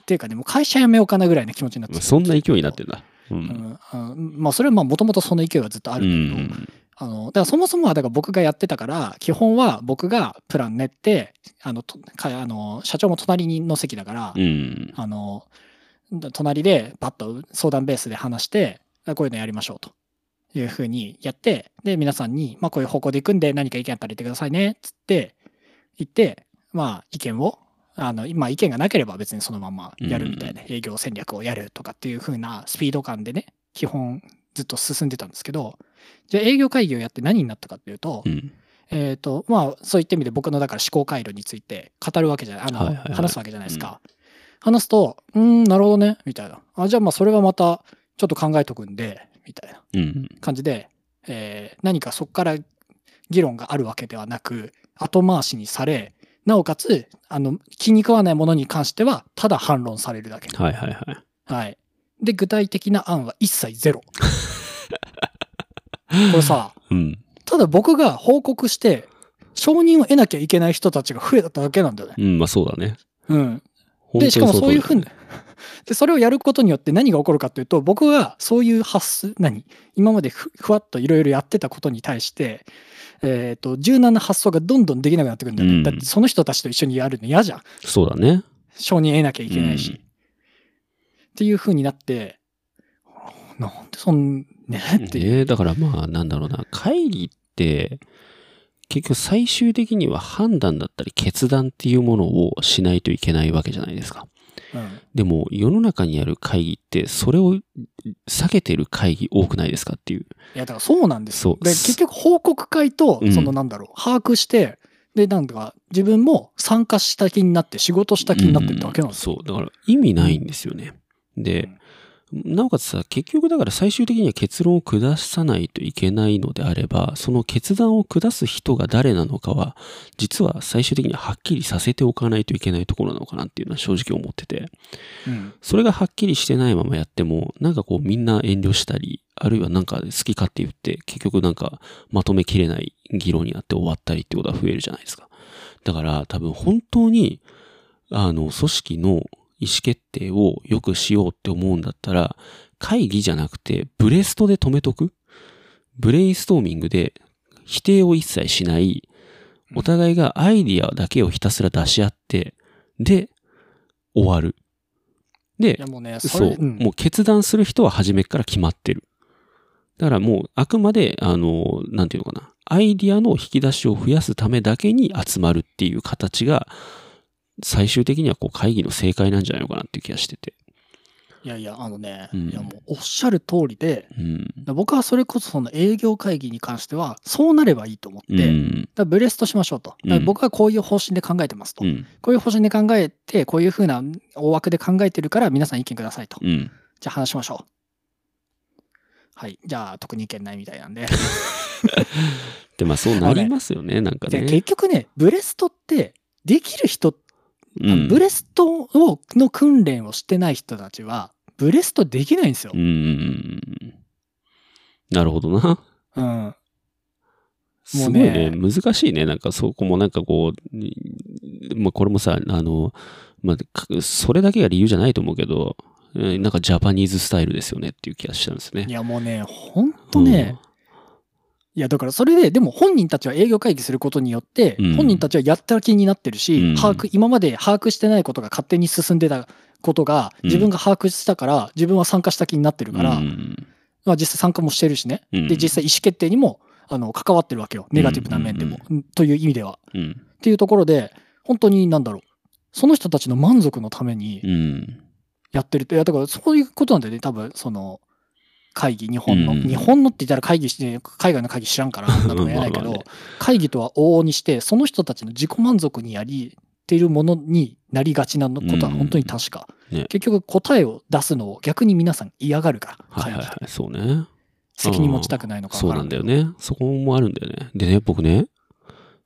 Speaker 2: っていうかね、もう会社辞めようかなぐらいの気持ちになってた
Speaker 1: そんな勢いになってんだ。う。
Speaker 2: うんん、あのまあそれはまあもともとその勢いはずっとあ
Speaker 1: う
Speaker 2: るんだけど、
Speaker 1: ん。
Speaker 2: あのだからそもそもはだから僕がやってたから基本は僕がプラン練ってあのとかあの社長も隣の席だから、
Speaker 1: うん。
Speaker 2: あのだ隣でパッと相談ベースで話してあこういうのやりましょうというふうにやってで皆さんに、まあ、こういう方向で行くんで何か意見あったら言ってくださいねっつって言ってまあ意見をあの今意見がなければ別にそのままやるみたいな営業戦略をやるとかっていうふうなスピード感でね基本ずっと進んでたんですけどじゃあ営業会議をやって何になったかっていうと、
Speaker 1: うん。
Speaker 2: えっ、と、まあ、そういった意味で僕のだから思考回路について語るわけじゃない、あの、
Speaker 1: はいはいはい
Speaker 2: 話すわけじゃないですか。話すと、うーん、なるほどね、みたいな。あ、じゃあまあ、それはまた、ちょっと考えとくんで、みたいな
Speaker 1: うん。
Speaker 2: 感じで、えー何かそこから議論があるわけではなく、後回しにされ、なおかつ、あの、気に食わないものに関しては、ただ反論されるだけ。
Speaker 1: はいはいはい。
Speaker 2: はい。で、具体的な案は一切
Speaker 1: (laughs)
Speaker 2: ゼロ。これさ、
Speaker 1: うん。
Speaker 2: ただ僕が報告して、承認を得なきゃいけない人たちが増えただけなんだよね。
Speaker 1: うん、まあそうだね。
Speaker 2: うん。
Speaker 1: 本当
Speaker 2: で、
Speaker 1: に
Speaker 2: しかもそういうふう
Speaker 1: だ
Speaker 2: に、 (laughs) で、それをやることによって何が起こるかというと、僕がそういう発す、何今までふふわっといろいろやってたことに対して、えっ、と、柔軟な発想がどんどんできなくなってくるんだよね。
Speaker 1: うん
Speaker 2: だってその人たちと一緒にやるの嫌じゃん。
Speaker 1: そうだね。
Speaker 2: 承認得なきゃいけないし。
Speaker 1: うん
Speaker 2: っていうふうになって、なんでそん、ねっていう。
Speaker 1: ねだからまあなんだろうな、会議って、結局最終的には判断だったり決断っていうものをしないといけないわけじゃないですか。
Speaker 2: うん。
Speaker 1: でも世の中にある会議ってそれを避けてる会議多くないですかっていう。
Speaker 2: いやだからそうなんですよ
Speaker 1: そう
Speaker 2: で結局報告会と
Speaker 1: うん
Speaker 2: そのなんだろう、把握してでなんだか自分も参加した気になって仕事した気になってるだけなんですよ、
Speaker 1: そう。だから意味ないんですよね。で、なおかつさ、結局だから最終的には結論を下さないといけないのであれば、その決断を下す人が誰なのかは、実は最終的にははっきりさせておかないといけないところなのかなっていうのは正直思ってて。
Speaker 2: うん
Speaker 1: それがはっきりしてないままやっても、なんかこうみんな遠慮したり、あるいはなんか好き勝手言って、結局なんかまとめきれない議論になって終わったりってことは増えるじゃないですか。だから多分本当に、あの、組織の意思決定を良くしようって思うんだったら、会議じゃなくてブレストで止めとくブレインストーミングで否定を一切しない、お互いがアイディアだけをひたすら出し合って、で、終わる。で
Speaker 2: いや、もうねそ
Speaker 1: そう
Speaker 2: れ、。ん
Speaker 1: もう決断する人は初めから決まってる。だからもうあくまで、あの、なんていうのかな。アイディアの引き出しを増やすためだけに集まるっていう形が、最終的にはこう会議の正解なんじゃないのかなっていう気がしてて。
Speaker 2: いやいやあのね、
Speaker 1: うん
Speaker 2: いやもうおっしゃる通りで
Speaker 1: うん。
Speaker 2: 僕はそれこそその営業会議に関してはそうなればいいと思って、
Speaker 1: う
Speaker 2: だか
Speaker 1: ん。
Speaker 2: らブレストしましょうとだから僕はこういう方針で考えてますと、
Speaker 1: うん。
Speaker 2: こういう方針で考えてこういうふうな大枠で考えてるから皆さん意見くださいと、
Speaker 1: うん。
Speaker 2: じゃあ話しましょう。はい。じゃあ、特に意見ないみたいなんで。
Speaker 1: で、まあそうなりますよね、なんか
Speaker 2: で
Speaker 1: ね。
Speaker 2: 結局ね、ブレストって、できる人、
Speaker 1: うん
Speaker 2: ブレストをの訓練をしてない人たちは、ブレストできないんですよ
Speaker 1: う。ん。なるほどな。
Speaker 2: うん。
Speaker 1: す
Speaker 2: も
Speaker 1: ご
Speaker 2: う
Speaker 1: い
Speaker 2: ね
Speaker 1: ね、難しいね。なんかそこもなんかこう、にまあこれもさ、あの、まあか、それだけが理由じゃないと思うけど、うんなんかジャパニーズスタイルですよねっていう気がしたんですね
Speaker 2: い。やもうね、ほんとね、いやだからそれで、でも本人たちは営業会議することによって、
Speaker 1: うん
Speaker 2: 本人たちはやった気になってるし、
Speaker 1: うん
Speaker 2: 把握、今まで把握してないことが勝手に進んでたことが、
Speaker 1: うん
Speaker 2: 自分が把握したから、自分は参加した気になって
Speaker 1: う
Speaker 2: る
Speaker 1: ん、
Speaker 2: から、
Speaker 1: うん
Speaker 2: まあ実際参加もしてるしね、
Speaker 1: うん
Speaker 2: で、実際意思決定にもあの関わってるわけよ、ネガティブな面でも、という意味では。
Speaker 1: うん。
Speaker 2: っていうところで、本当になんだろう、その人たちの満足のために
Speaker 1: うん。
Speaker 2: やってるって、いやだからそういうことなんだよね、多分その会議、日本の、
Speaker 1: うん
Speaker 2: 日本のって言ったら会議して、海外の会議知らん
Speaker 1: (laughs)
Speaker 2: から、なんとも言えないけ
Speaker 1: まあ
Speaker 2: ど、
Speaker 1: まあね
Speaker 2: 会議とは往々にして、その人たちの自己満足にやり、ってるものになりがちなのことは本当に確か、
Speaker 1: うんね
Speaker 2: 結局答えを出すのを逆に皆さん嫌がるから
Speaker 1: はい
Speaker 2: 会
Speaker 1: はい
Speaker 2: 議
Speaker 1: は
Speaker 2: で
Speaker 1: い。そうね。
Speaker 2: 責任持ちたくないのか
Speaker 1: そう
Speaker 2: わか
Speaker 1: な
Speaker 2: ら
Speaker 1: ん
Speaker 2: ん
Speaker 1: だ
Speaker 2: け
Speaker 1: よ
Speaker 2: ど
Speaker 1: ね。そこもあるんだよね。でね、僕ね、
Speaker 2: うん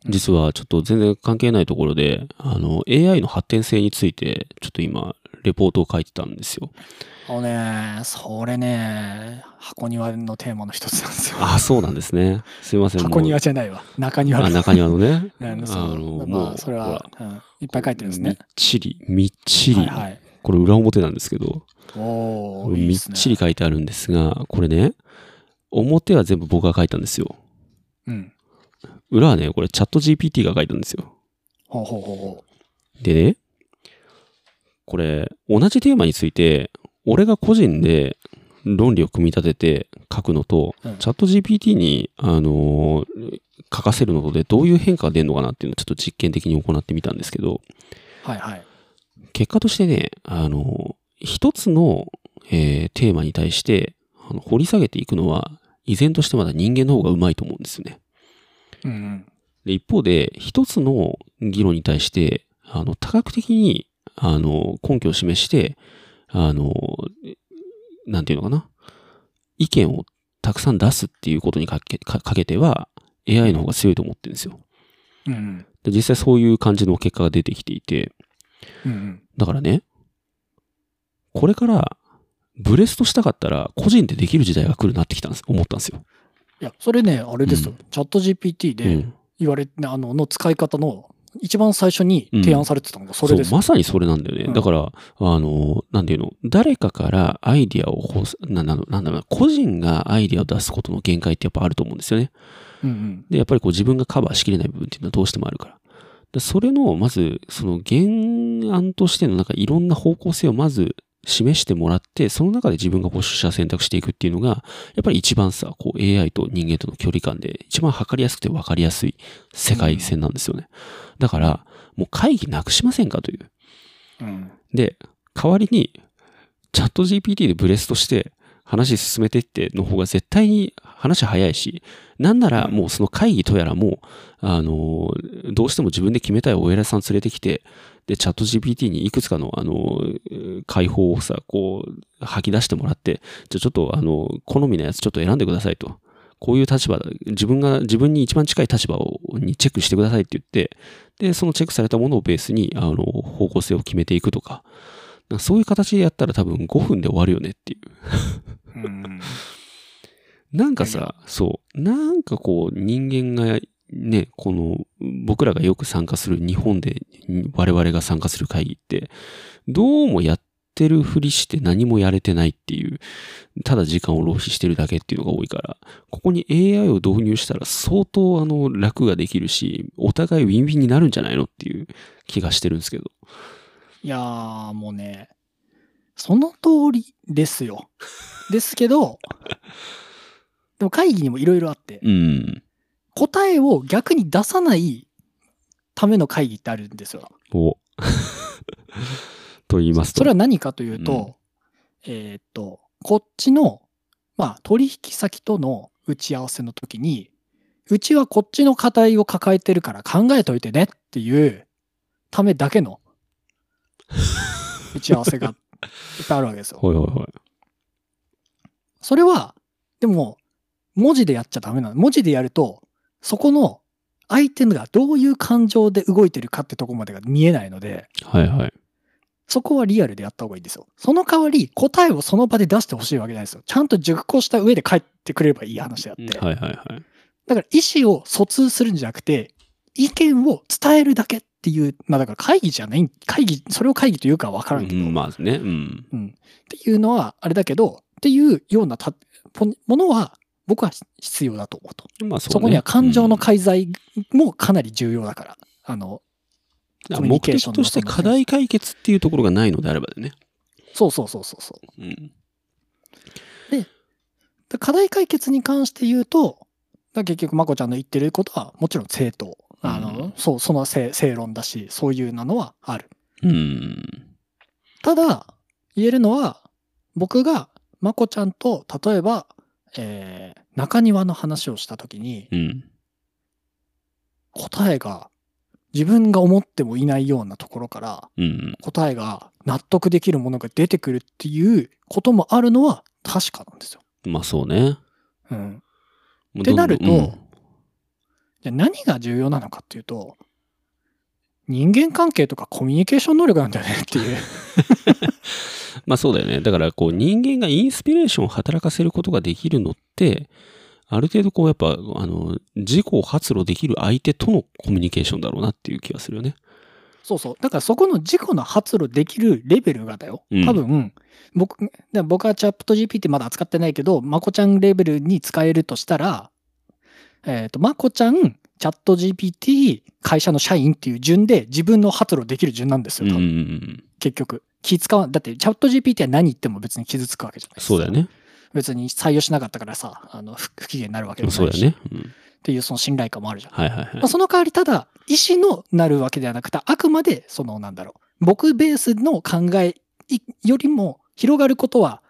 Speaker 1: 実はちょっと全然関係ないところで、あの、AI の発展性について、ちょっと今、レポートを書いてたんですよ。
Speaker 2: あのね、それね、箱庭のテーマの一つなんですよ。
Speaker 1: あ、そうなんですね。すいません。もう
Speaker 2: 箱庭じゃないわ。中庭
Speaker 1: あ、
Speaker 2: だ。。
Speaker 1: 中庭のね
Speaker 2: (laughs) あの、
Speaker 1: あ
Speaker 2: そう
Speaker 1: の
Speaker 2: ま
Speaker 1: も
Speaker 2: あ、
Speaker 1: う
Speaker 2: それ
Speaker 1: ほ
Speaker 2: は
Speaker 1: ら、
Speaker 2: うんいっぱい書いてるんですね
Speaker 1: みっ。ちり、みっちり。
Speaker 2: はいはい。
Speaker 1: これ裏表なんですけど、
Speaker 2: おー、いい
Speaker 1: みっ
Speaker 2: すね
Speaker 1: ちり。書いてあるんですが、これね、表は全部僕が書いたんですよ。
Speaker 2: うん。
Speaker 1: 裏はね、これチャット GPT が書いたんですよ。
Speaker 2: ほうほうほうほ
Speaker 1: でね、これ、同じテーマについて、俺が個人で論理を組み立てて書くのと、
Speaker 2: うん
Speaker 1: チャット GPT に、あのー書かせるのとでどういう変化が出るのかなっていうのをちょっと実験的に行ってみたんですけど、
Speaker 2: う。はいはい。
Speaker 1: 結果としてね、あのー一つの、えーテーマに対してあの掘り下げていくのは、依然としてまだ人間の方がうまいと思うんですよね。
Speaker 2: うんうん。
Speaker 1: で、一方で、一つの議論に対して、あの、多角的に、あの、根拠を示して、あの、なんていうのかな。意見をたくさん出すっていうことにかけ、かかけては、AI の方が強いと思ってるんですよ。
Speaker 2: うんうん。
Speaker 1: で、実際そういう感じの結果が出てきていて、
Speaker 2: うんうん。
Speaker 1: だからね、これから、ブレストしたかったら、個人でできる時代が来るなってきたんです、思ったんですよ。
Speaker 2: いや、それね、あれですよ。チャット GPT
Speaker 1: う
Speaker 2: で
Speaker 1: ん
Speaker 2: 言われ、あの、の使い方の一番最初に提案されてたのがそれです
Speaker 1: そう、
Speaker 2: よ。
Speaker 1: まさにそれなんだよね。
Speaker 2: うん
Speaker 1: だから、あの、なんていうの、誰かからアイディアをほす、な、な、なんだろうな、個人がアイディアを出すことの限界ってやっぱあると思うんですよね。
Speaker 2: うんうん。
Speaker 1: で、やっぱりこう自分がカバーしきれない部分っていうのはどうしてもあるから。でそれの、まず、その原案としてのなんかいろんな方向性をまず示してもらって、その中で自分がこう取捨選択していくっていうのが、やっぱり一番さ、こう AI と人間との距離感で一番測りやすくて分かりやすい世界線なんですよね。だから、もう会議なくしませんかという。
Speaker 2: うん。
Speaker 1: で、代わりに、チャット GPT でブレストして、話進めてっての方が絶対に話早いし、なんならもうその会議とやらも、あのー、どうしても自分で決めたいお偉いさん連れてきて、で、チャット GPT にいくつかの、あのー、解放をさ、こう、吐き出してもらって、じゃあちょっと、あのー、好みのやつちょっと選んでくださいと。こういう立場、自分が、自分に一番近い立場を、にチェックしてくださいって言って、で、そのチェックされたものをベースに、あの、方向性を決めていくとか、なんかそういう形でやったら多分5分で終わるよねっていう。
Speaker 2: うん
Speaker 1: なんか
Speaker 2: いや
Speaker 1: さ、そう、なんかこう人間がね、この僕らがよく参加する日本で我々が参加する会議って、どうもやってるふりして何もやれてないっていう、ただ時間を浪費してるだけっていうのが多いから、ここに AI を導入したら相当あの楽ができるし、お互いウィンウィンになるんじゃないのっていう気がしてるんですけど。
Speaker 2: いやーもうね、その通りですよ。ですけど、でも会議にもいろいろあって、
Speaker 1: うん。
Speaker 2: 答えを逆に出さないための会議ってあるんですよ。
Speaker 1: お。 (laughs) と言いますと。
Speaker 2: それは何かというと、えーっと、こっちの、まあ、取引先との打ち合わせの時に、うちはこっちの課題を抱えてるから考えといてねっていうためだけの打ち合わせがいっぱいあるわけですよ。
Speaker 1: ほいほいほい。
Speaker 2: それは、でも、文字でやっちゃダメなの。文字でやると、そこの相手がどういう感情で動いてるかってとこまでが見えないので、
Speaker 1: はいはい。
Speaker 2: そこはリアルでやった方がいいですよ。その代わり、答えをその場で出してほしいわけじゃないですよ。ちゃんと熟考した上で帰ってくれればいい話であって。だか
Speaker 1: はいはいはい。
Speaker 2: ら、意思を疎通するんじゃなくて、意見を伝えるだけっていう、まあだから会議じゃない、会議、それを会議というかは分からんけど、
Speaker 1: うん、まあね、うん。
Speaker 2: うん。っていうのは、あれだけど、っていうようなたポンものは、僕は必要だと思うと。
Speaker 1: まあそうね
Speaker 2: そこには感情の介在もかなり重要だから。あの、
Speaker 1: うん
Speaker 2: コミュ
Speaker 1: 目
Speaker 2: ニケーショ
Speaker 1: 的
Speaker 2: ンの
Speaker 1: として課題解決っていうところがないのであればね。
Speaker 2: そうそうそうそうそう
Speaker 1: うん。
Speaker 2: で。課題解決に関して言うと、だ結局、まこちゃんの言ってることは、もちろん正当。あの、
Speaker 1: うん
Speaker 2: そう、その正正論だし、そういうなのはある。
Speaker 1: うん。
Speaker 2: ただ、言えるのは、僕が、まこちゃんと、例えば、えー中庭の話をしたときに、
Speaker 1: うん。
Speaker 2: 答えが自分が思ってもいないようなところから
Speaker 1: うん。
Speaker 2: 答えが納得できるものが出てくるっていうこともあるのは確かなんですよ。
Speaker 1: まあそうね。
Speaker 2: うん、
Speaker 1: っ
Speaker 2: ってなるとじゃあ何が重要なのかっていうと人間関係とかコミュニケーション能力なんだよねっていう。
Speaker 1: まあそうだよね。だからこう人間がインスピレーションを働かせることができるのって、ある程度こうやっぱ、あの、自己を発露できる相手とのコミュニケーションだろうなっていう気がするよね。
Speaker 2: そうそう。だからそこの自己の発露できるレベルがだよ
Speaker 1: うん。
Speaker 2: 多分、僕、だから僕はチャット GPT まだ扱ってないけど、まこちゃんレベルに使えるとしたら、えっ、と、まこちゃん、チャット GPT、会社の社員っていう順で自分の発露できる順なんです
Speaker 1: うん
Speaker 2: よ、
Speaker 1: う
Speaker 2: 多
Speaker 1: んう
Speaker 2: 分
Speaker 1: ん。
Speaker 2: 結局。気使わんだってチャット GPT は何言っても別に傷つくわけじゃないですか
Speaker 1: そうだよ。ね。
Speaker 2: 別に採用しなかったからさ、あの不不機嫌になるわけじゃ
Speaker 1: そう
Speaker 2: ない
Speaker 1: だ
Speaker 2: し、
Speaker 1: よね。うん
Speaker 2: っていうその信頼感もあるじゃん。
Speaker 1: はいはいはい
Speaker 2: まあ、。その代わりただ意思のなるわけではなくてあくまでそのなんだろう僕ベースの考えいよりも広がることは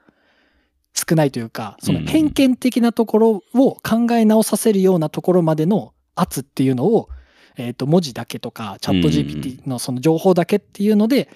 Speaker 2: 少ないというかその偏見的なところを考え直させるようなところまでの圧っていうのを、えー、と文字だけとかチャット
Speaker 1: うん
Speaker 2: GPT のその情報だけっていうので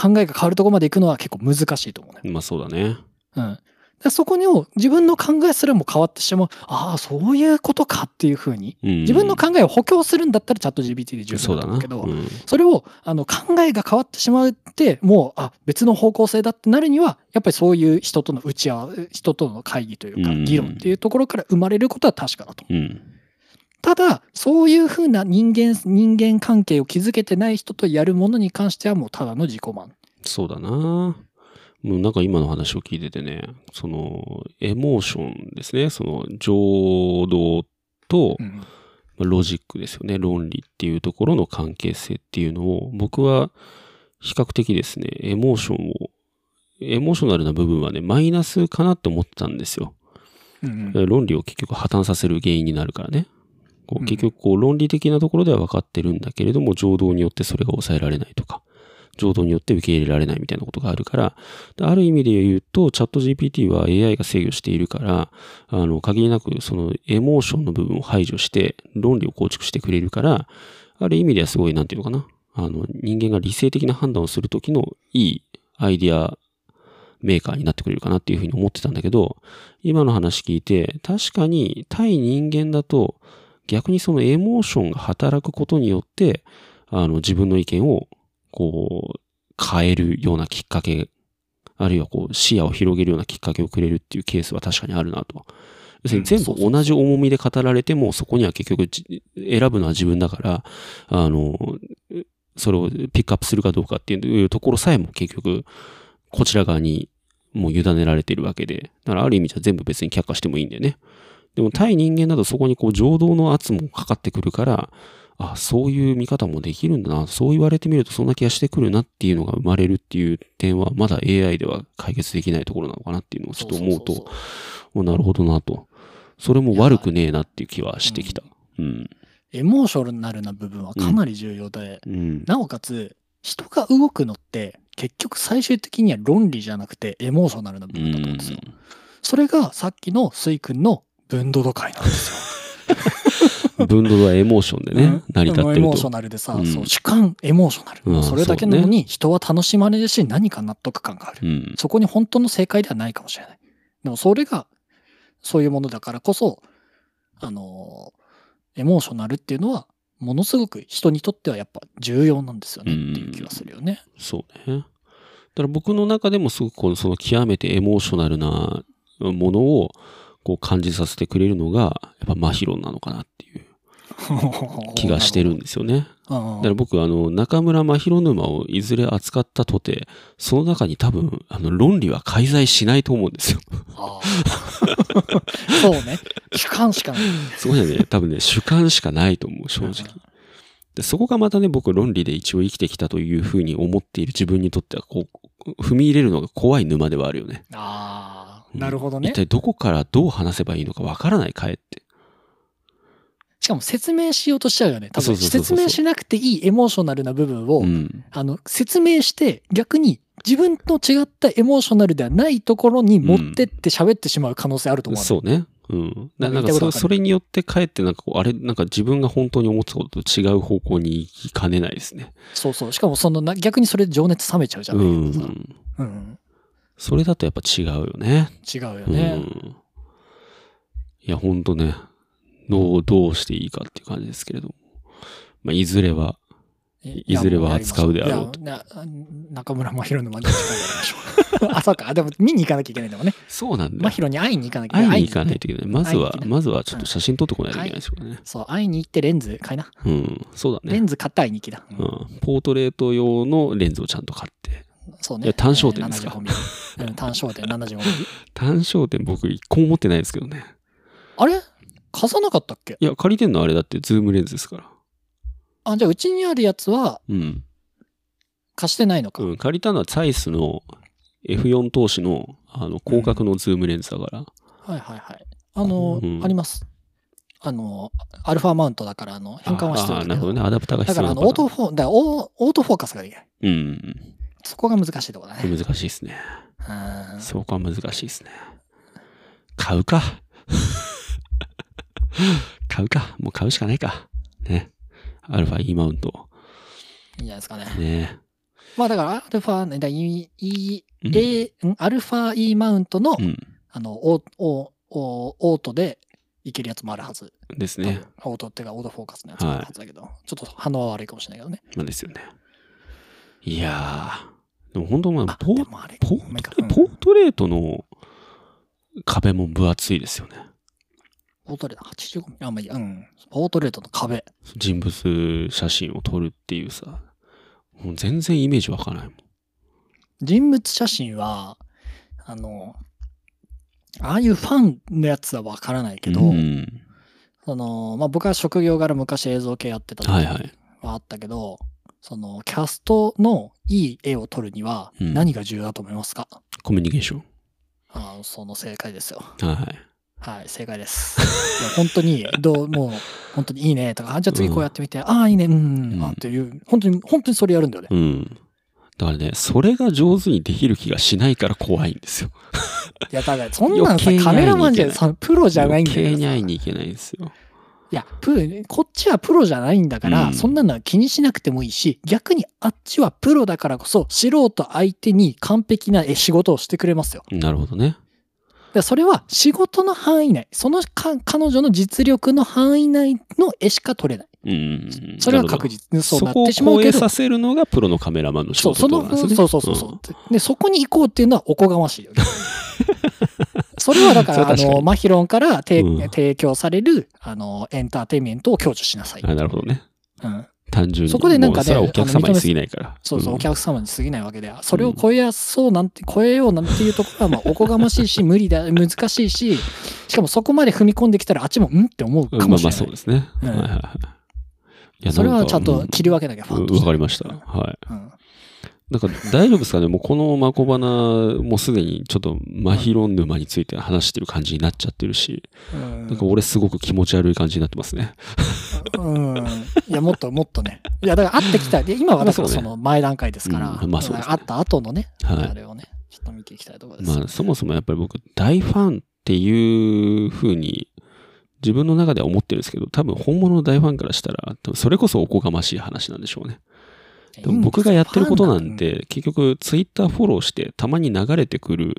Speaker 2: 考えが変わるところまで行くのは結構難しいと思うね。
Speaker 1: まあそうだね。
Speaker 2: うん、だからそこにを自分の考えすらも変わってしまうああそういうことかっていうふうに
Speaker 1: うん
Speaker 2: 自分の考えを補強するんだったらチャット GPT で十
Speaker 1: そ
Speaker 2: 分
Speaker 1: う
Speaker 2: だ
Speaker 1: だ
Speaker 2: と
Speaker 1: な。
Speaker 2: 思うけど、そ
Speaker 1: うん
Speaker 2: れをあの考えが変わってしまって、もう、あ、別の方向性だってなるには、やっぱりそういう人との打ち合わせ、人との会議というか
Speaker 1: う、ん
Speaker 2: 議論っていうところから生まれることは確かだと。
Speaker 1: うん。
Speaker 2: ただ、そういうふうな人間、人間関係を築けてない人とやるものに関しては、もうただの自己満。
Speaker 1: そうだなもうなんか今の話を聞いててね、その、エモーションですね。その、情動と
Speaker 2: う、ん。
Speaker 1: まあロジックですよね。論理っていうところの関係性っていうのを、僕は比較的ですね、エモーションを、エモーショナルな部分はね、マイナスかなって思ってたんですよ。
Speaker 2: うん
Speaker 1: え論理を結局破綻させる原因になるからね。こう
Speaker 2: う
Speaker 1: ん結局こう論理的なところでは分かってるんだけれども、情動によってそれが抑えられないとか、情動によって受け入れられないみたいなことがあるから、である意味で言うと、チャット GPT は AI が制御しているから、あの、限りなくそのエモーションの部分を排除して、論理を構築してくれるから、ある意味ではすごい、なんていうのかな。あの、人間が理性的な判断をするときのいいアイディアメーカーになってくれるかなっていうふうに思ってたんだけど、今の話聞いて、確かに対人間だと、逆にそのエモーションが働くことによって、あの、自分の意見を、こう、変えるようなきっかけ、あるいはこう、視野を広げるようなきっかけをくれるっていうケースは確かにあるなと。要するに全部同じ重みで語られても、そこには結局じ選ぶのは自分だから、あの、それをピックアップするかどうかっていうところさえも結局、こちら側にもう委ねられているわけで、だからある意味じゃ全部別に却下してもいいんだよね。でも対人間だとそこにこう情動の圧もかかってくるから、あ、そういう見方もできるんだな、そう言われてみるとそんな気がしてくるなっていうのが生まれるっていう点は、まだ AI では解決できないところなのかなっていうのをちょっと思うと、
Speaker 2: そうそうそうそう
Speaker 1: おなるほどなと。それも悪くねえなっていう気はしてきた。うん。
Speaker 2: エモーショナルな部分はかなり重要で、
Speaker 1: うん。
Speaker 2: なおかつ、人が動くのって、結局最終的には論理じゃなくてエモーショナルな部
Speaker 1: う
Speaker 2: 分だと思うんですよ。
Speaker 1: ん
Speaker 2: それがさっきのスイ君の分度度会なんですよ。
Speaker 1: 分度はエモーションでね、成り立って
Speaker 2: エ
Speaker 1: る
Speaker 2: モーショ
Speaker 1: と。
Speaker 2: ナルでさ、
Speaker 1: うん
Speaker 2: そう主観エモーショナル、
Speaker 1: うん
Speaker 2: それだけなのに人は楽しまれるし何か納得感がある、
Speaker 1: うん。
Speaker 2: そこに本当の正解ではないかもしれないでもそれがそういうものだからこそあのーエモーショナルっていうのはものすごく人にとってはやっぱ重要なんですよねっていう気がするよね、
Speaker 1: そうね。だから僕の中でもすごくこのその極めてエモーショナルなものをこう感じさせてくれるのが、やっぱマヒロンなのかなっていう気がしてるんですよね。
Speaker 2: うん
Speaker 1: だから僕、あの、中村真宙沼をいずれ扱ったとて、その中に多分、あの、論理は介在しないと思うんですよ。
Speaker 2: あー (laughs) そうね。主観しかない。
Speaker 1: (laughs) そこにはね、多分ね、主観しかないと思う、正直。でそこがまたね、僕、論理で一応生きてきたというふうに思っている自分にとっては、こう、踏み入れるのが怖い沼ではあるよね。
Speaker 2: あ
Speaker 1: う
Speaker 2: あ、
Speaker 1: ん
Speaker 2: なるほどね
Speaker 1: 一。体どこからどう話せばいいのかわからない、かえって。
Speaker 2: しかも説明しようとしちゃうよね。多
Speaker 1: そう
Speaker 2: 分
Speaker 1: そうそうそう
Speaker 2: 説明しなくていいエモーショナルな部分を、
Speaker 1: うん。
Speaker 2: あの説明して逆に自分と違ったエモーショナルではないところに持ってって喋ってしまう可能性あると思う。
Speaker 1: そうね。うん。な
Speaker 2: な
Speaker 1: なんん
Speaker 2: か言いた
Speaker 1: か
Speaker 2: いこと
Speaker 1: そ、
Speaker 2: わかる
Speaker 1: それによってかえって、なんかこう、あれ、なんか自分が本当に思ってたことと違う方向に行きかねないですね。
Speaker 2: そうそう。しかもそのな逆にそれで情熱冷めちゃうじゃないですか。
Speaker 1: ん。
Speaker 2: うん。
Speaker 1: それだとやっぱ違うよね。
Speaker 2: 違うよね。
Speaker 1: うん。いや、ほんとね、どう、どうしていいかっていう感じですけれども。まあ、いずれは、いいずれは扱うであろう
Speaker 2: と。いやな中村真宙の真似した
Speaker 1: (laughs)
Speaker 2: でしょう。あ、そうか。でも見に行かなきゃいけないんだもんね。
Speaker 1: そうなんだ
Speaker 2: 真
Speaker 1: よ。
Speaker 2: 宙に会いに行かなきゃ
Speaker 1: 会いに行かないといけない。まずは
Speaker 2: 会いに行、きな
Speaker 1: まずはちょっと写真撮ってこないといけないですよね。
Speaker 2: そう、会いに行ってレンズ買いな。
Speaker 1: うん。そうだ
Speaker 2: レ
Speaker 1: ね。
Speaker 2: ンズ買った会いに行きだ。
Speaker 1: うん。ポートレート用のレンズをちゃんと買って。
Speaker 2: そう
Speaker 1: い
Speaker 2: ね
Speaker 1: や。単焦点ですか
Speaker 2: 75ミリうん単焦点75ミリ。
Speaker 1: 単焦点僕一個も持ってないですけどね。
Speaker 2: あれ貸さなかったっけ
Speaker 1: いや、借りてんのあれだってズームレンズですから。
Speaker 2: あ、じゃあうちにあるやつは
Speaker 1: うん。
Speaker 2: 貸してないのか。
Speaker 1: うん、借りたのはサイスの F4 投資のあの広角のズームレンズだから、
Speaker 2: はいはいはい。あの、
Speaker 1: うん
Speaker 2: あります。あの、アルファマウントだから、あの、変換はして
Speaker 1: あ
Speaker 2: るん
Speaker 1: あーな
Speaker 2: だけ
Speaker 1: るほ
Speaker 2: ど。
Speaker 1: どねアダプターが
Speaker 2: だ
Speaker 1: 必
Speaker 2: か
Speaker 1: 要
Speaker 2: ら、
Speaker 1: な
Speaker 2: あ
Speaker 1: ん
Speaker 2: の、オートフォー、だからオーオートフォーカスができない。
Speaker 1: うん
Speaker 2: そこが難しいところだ
Speaker 1: こ
Speaker 2: ね。
Speaker 1: れ難しいですね
Speaker 2: うん
Speaker 1: そうか難しいですね買うか (laughs) 買うかもう買うしかないかねアルファ E マウント
Speaker 2: いいんじゃないですかね。
Speaker 1: ね
Speaker 2: まあ、だから、アルファ、ね、だ E、E、
Speaker 1: うん、
Speaker 2: A、んアルファ E マウントの
Speaker 1: う、ん
Speaker 2: あの、オオオオートでいけるやつもあるはず。
Speaker 1: ですね
Speaker 2: 多分オートっていうか、オートフォーカスのやつもあるはずだけど、ちょっと反応は悪いかもしれないけどね。
Speaker 1: まあですよねいやーでも本当まあ
Speaker 2: あ、
Speaker 1: ポ
Speaker 2: で
Speaker 1: ー
Speaker 2: もあれ、
Speaker 1: ポ
Speaker 2: ごめんか
Speaker 1: ーポートレートの壁も分厚いですよね
Speaker 2: ポートレート85ミリ。あ、まあいいや、うん。ポートレートの壁。
Speaker 1: 人物写真を撮るっていうさ、もう全然イメージわからないもん。
Speaker 2: 人物写真は、あの、ああいうファンのやつはわからないけど、
Speaker 1: うん、
Speaker 2: その、まあ、僕は職業柄昔映像系やってた時
Speaker 1: はいはい。
Speaker 2: はあったけど、その、キャストのいい絵を撮るには
Speaker 1: うん
Speaker 2: 何が重要だと思いますか、
Speaker 1: コミュニケーション。
Speaker 2: あのその正解ですよ。
Speaker 1: はいはい。
Speaker 2: はい、正
Speaker 1: (laughs)
Speaker 2: 解です。いや本当に、どう、もう、本当にいいねとか、あじゃあ次こうやってみて、ああ、いいね、うん、
Speaker 1: うん
Speaker 2: あっていう、本当に、本当にそれやるんだよね。
Speaker 1: うん。だからね、それが上手にできる気がしないから怖いんですよ。
Speaker 2: いや、だから、そんなん
Speaker 1: 余
Speaker 2: さ
Speaker 1: 計に会いに行けない
Speaker 2: カメラマンじゃ、そのプロじゃないんだから
Speaker 1: 余計
Speaker 2: さ
Speaker 1: に会いに行けないんですよ。
Speaker 2: いや、プロ、こっちはプロじゃないんだから、
Speaker 1: うん
Speaker 2: そんなのは気にしなくてもいいし、逆にあっちはプロだからこそ、素人相手に完璧なえ仕事をしてくれますよ。
Speaker 1: なるほどね。
Speaker 2: でそれは仕事の範囲内、そのか彼女の実力の範囲内の絵しか撮れない。
Speaker 1: うん。
Speaker 2: それは
Speaker 1: なるほど
Speaker 2: 確実にそう
Speaker 1: そ
Speaker 2: なっ
Speaker 1: こを
Speaker 2: てしまう
Speaker 1: 超
Speaker 2: け
Speaker 1: え
Speaker 2: ど、
Speaker 1: させるのがプロのカメラマンの仕
Speaker 2: そう、
Speaker 1: 事
Speaker 2: そ
Speaker 1: って
Speaker 2: の、
Speaker 1: ことなんです
Speaker 2: そ
Speaker 1: よ
Speaker 2: う
Speaker 1: ね。
Speaker 2: そうそうそう、で、そこに行こうっていうのはおこがましいよ
Speaker 1: (laughs)
Speaker 2: ね。それはだか
Speaker 1: それ
Speaker 2: ら、
Speaker 1: は
Speaker 2: あ
Speaker 1: 確かに
Speaker 2: の、マヒロンから提,、
Speaker 1: うん
Speaker 2: 提供される、あの、エンターテインメントを享受しなさい。
Speaker 1: うんあなるほどね。
Speaker 2: うん。
Speaker 1: 単純に。
Speaker 2: そこでなんかね
Speaker 1: もうそれはお客様に過ぎないから。
Speaker 2: そうそう、
Speaker 1: ん
Speaker 2: お客様に過ぎないわけで、それを超えやそうなんて、超えようなんていうところは、まあ、おこがましいし、無理だ、難しいし、しかもそこまで踏み込んできたら、あっちも、んって思う
Speaker 1: ま
Speaker 2: か
Speaker 1: あま
Speaker 2: もしれ
Speaker 1: あ
Speaker 2: ない。
Speaker 1: そうですね。
Speaker 2: うん
Speaker 1: はいはいはいいや
Speaker 2: それはちゃん
Speaker 1: な
Speaker 2: と
Speaker 1: か
Speaker 2: 切り分けなきゃ、ファンと
Speaker 1: わ
Speaker 2: して。
Speaker 1: かりました。はい。
Speaker 2: うん。
Speaker 1: なんか大丈夫ですかねもうこのマコバナ、もうすでにちょっとマヒロン沼について話してる感じになっちゃってるし、
Speaker 2: うん
Speaker 1: なんか俺すごく気持ち悪い感じになってますね。
Speaker 2: うん。いや、もっともっとね。いや、だから会ってきたい。で、今はだから
Speaker 1: まあそ
Speaker 2: そう
Speaker 1: ね
Speaker 2: の前段階ですから、
Speaker 1: うんまあそうですね
Speaker 2: 会った後のね、あ
Speaker 1: は
Speaker 2: れをね、ちょっと見ていきたいところ
Speaker 1: い。
Speaker 2: です。
Speaker 1: まあそもそもやっぱり僕大ファンっていう風に自分の中では思ってるんですけど、多分本物の大ファンからしたら、多分それこそおこがましい話なんでしょうね。でも僕がやってることなん
Speaker 2: いいですよ、
Speaker 1: て、結局ツイッターフォローして、たまに流れてくる、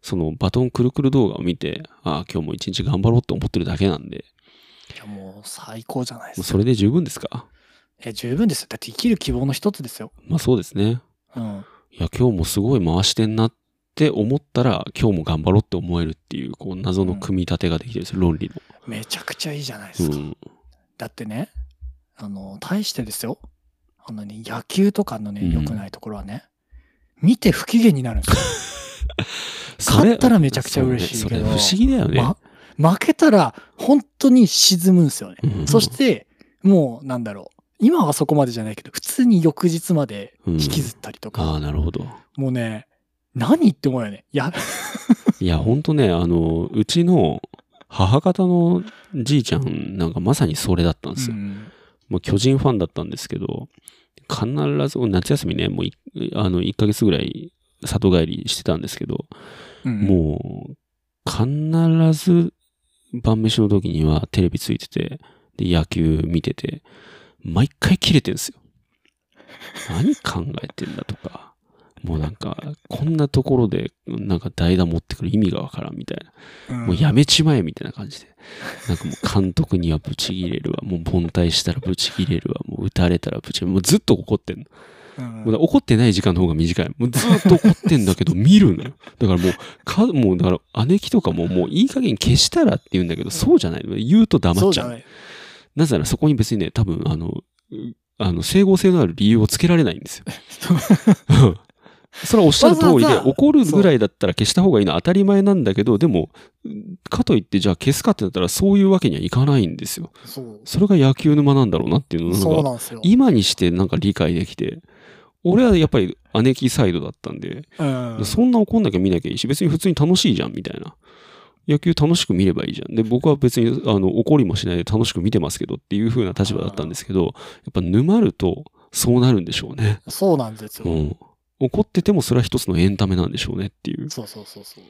Speaker 1: そのバトンくるくる動画を見て、ああ、今日も一日頑張ろうって思ってるだけなんで、
Speaker 2: ファンなんていやもう最高じゃないで
Speaker 1: もう
Speaker 2: す
Speaker 1: そ
Speaker 2: か。
Speaker 1: れで十分ですか
Speaker 2: いや、十分ですよ。だって生きる希望の一つですよ。
Speaker 1: まあそうですね。
Speaker 2: うん。
Speaker 1: いや、今日もすごい回してんなって思ったら、今日も頑張ろうって思えるっていう、こう、謎の組み立てができてるんですよ、論理の。
Speaker 2: めちゃくちゃいいじゃないで
Speaker 1: う
Speaker 2: すか。
Speaker 1: ん。
Speaker 2: だってね、あの、対してですよ。あのね、野球とかのね
Speaker 1: う、ん
Speaker 2: 良くないところはね、見て不機嫌になるんですよ。
Speaker 1: それ
Speaker 2: 勝ったらめちゃくちゃ嬉しいけ
Speaker 1: そ
Speaker 2: ど
Speaker 1: うねそれ不思議だよね。
Speaker 2: ま、負けたら本当に沈むんですよね。
Speaker 1: うん
Speaker 2: そして、もうなんだろう。今はそこまでじゃないけど、普通に翌日まで
Speaker 1: うん
Speaker 2: 引きずったりと
Speaker 1: あ
Speaker 2: か、
Speaker 1: あ、なるほど。
Speaker 2: もうね、何って思うよね。いや、
Speaker 1: いや、ほんとね、あの、うちの母方のじいちゃんなんかまさにそれだったんですよ。
Speaker 2: うん
Speaker 1: もう巨人ファンだったんですけど、必ず、夏休みね、もうい、あの、1ヶ月ぐらい里帰りしてたんですけど、
Speaker 2: うん
Speaker 1: もう、必ず晩飯の時にはテレビついてて、で、野球見てて、毎回切れてん
Speaker 2: (laughs)
Speaker 1: すよ。何考えてんだとか、もうなんか、こんなところで、なんか代打持ってくる意味がわからんみたいな。
Speaker 2: うん
Speaker 1: もうやめちまえみたいな感じで。なんかもう監督にはブチギレるわ。もう凡退したらブチギレるわ。もう打たれたらブチギレる。もうずっと怒ってんの。
Speaker 2: うん
Speaker 1: もうだから怒ってない時間の方が短い。もうずっと怒ってんだ
Speaker 2: (laughs)
Speaker 1: けど見るのよ。だからもう、か、もうだから姉貴とかももういい加減消したらって言うんだけど、そうじゃないの。言うと黙
Speaker 2: そ
Speaker 1: っ
Speaker 2: う
Speaker 1: ち
Speaker 2: じゃ
Speaker 1: ゃう。
Speaker 2: ない。
Speaker 1: なぜならそこに別にね、多分あの、うあの、整合性のある理由をつけられないんですよ。うん (laughs) それはおっしゃる通り
Speaker 2: わざ
Speaker 1: で、
Speaker 2: わざ
Speaker 1: 怒るぐらいだったら消した方がいいのは当たり前なんだけど、でも、かといってじゃあ消すかってなったらそういうわけにはいかないんですよ。
Speaker 2: そう。
Speaker 1: それが野球沼なんだろうなっていうの
Speaker 2: そう
Speaker 1: が、
Speaker 2: なんですよ。
Speaker 1: 今にしてなんか理解できて、俺はやっぱり姉貴サイドだったんで、
Speaker 2: うん
Speaker 1: そんな怒んなきゃ見なきゃいいし、別に普通に楽しいじゃんみたいな。野球楽しく見ればいいじゃん。で、僕は別にあの怒りもしないで楽しく見てますけどっていう風な立場だったんですけど、やっぱ沼るとそうなるんでしょうね。
Speaker 2: そうなんですよ。
Speaker 1: うん。怒っててもそれは一つのエンタメなんでしょうねっていう。
Speaker 2: そうそうそうそう。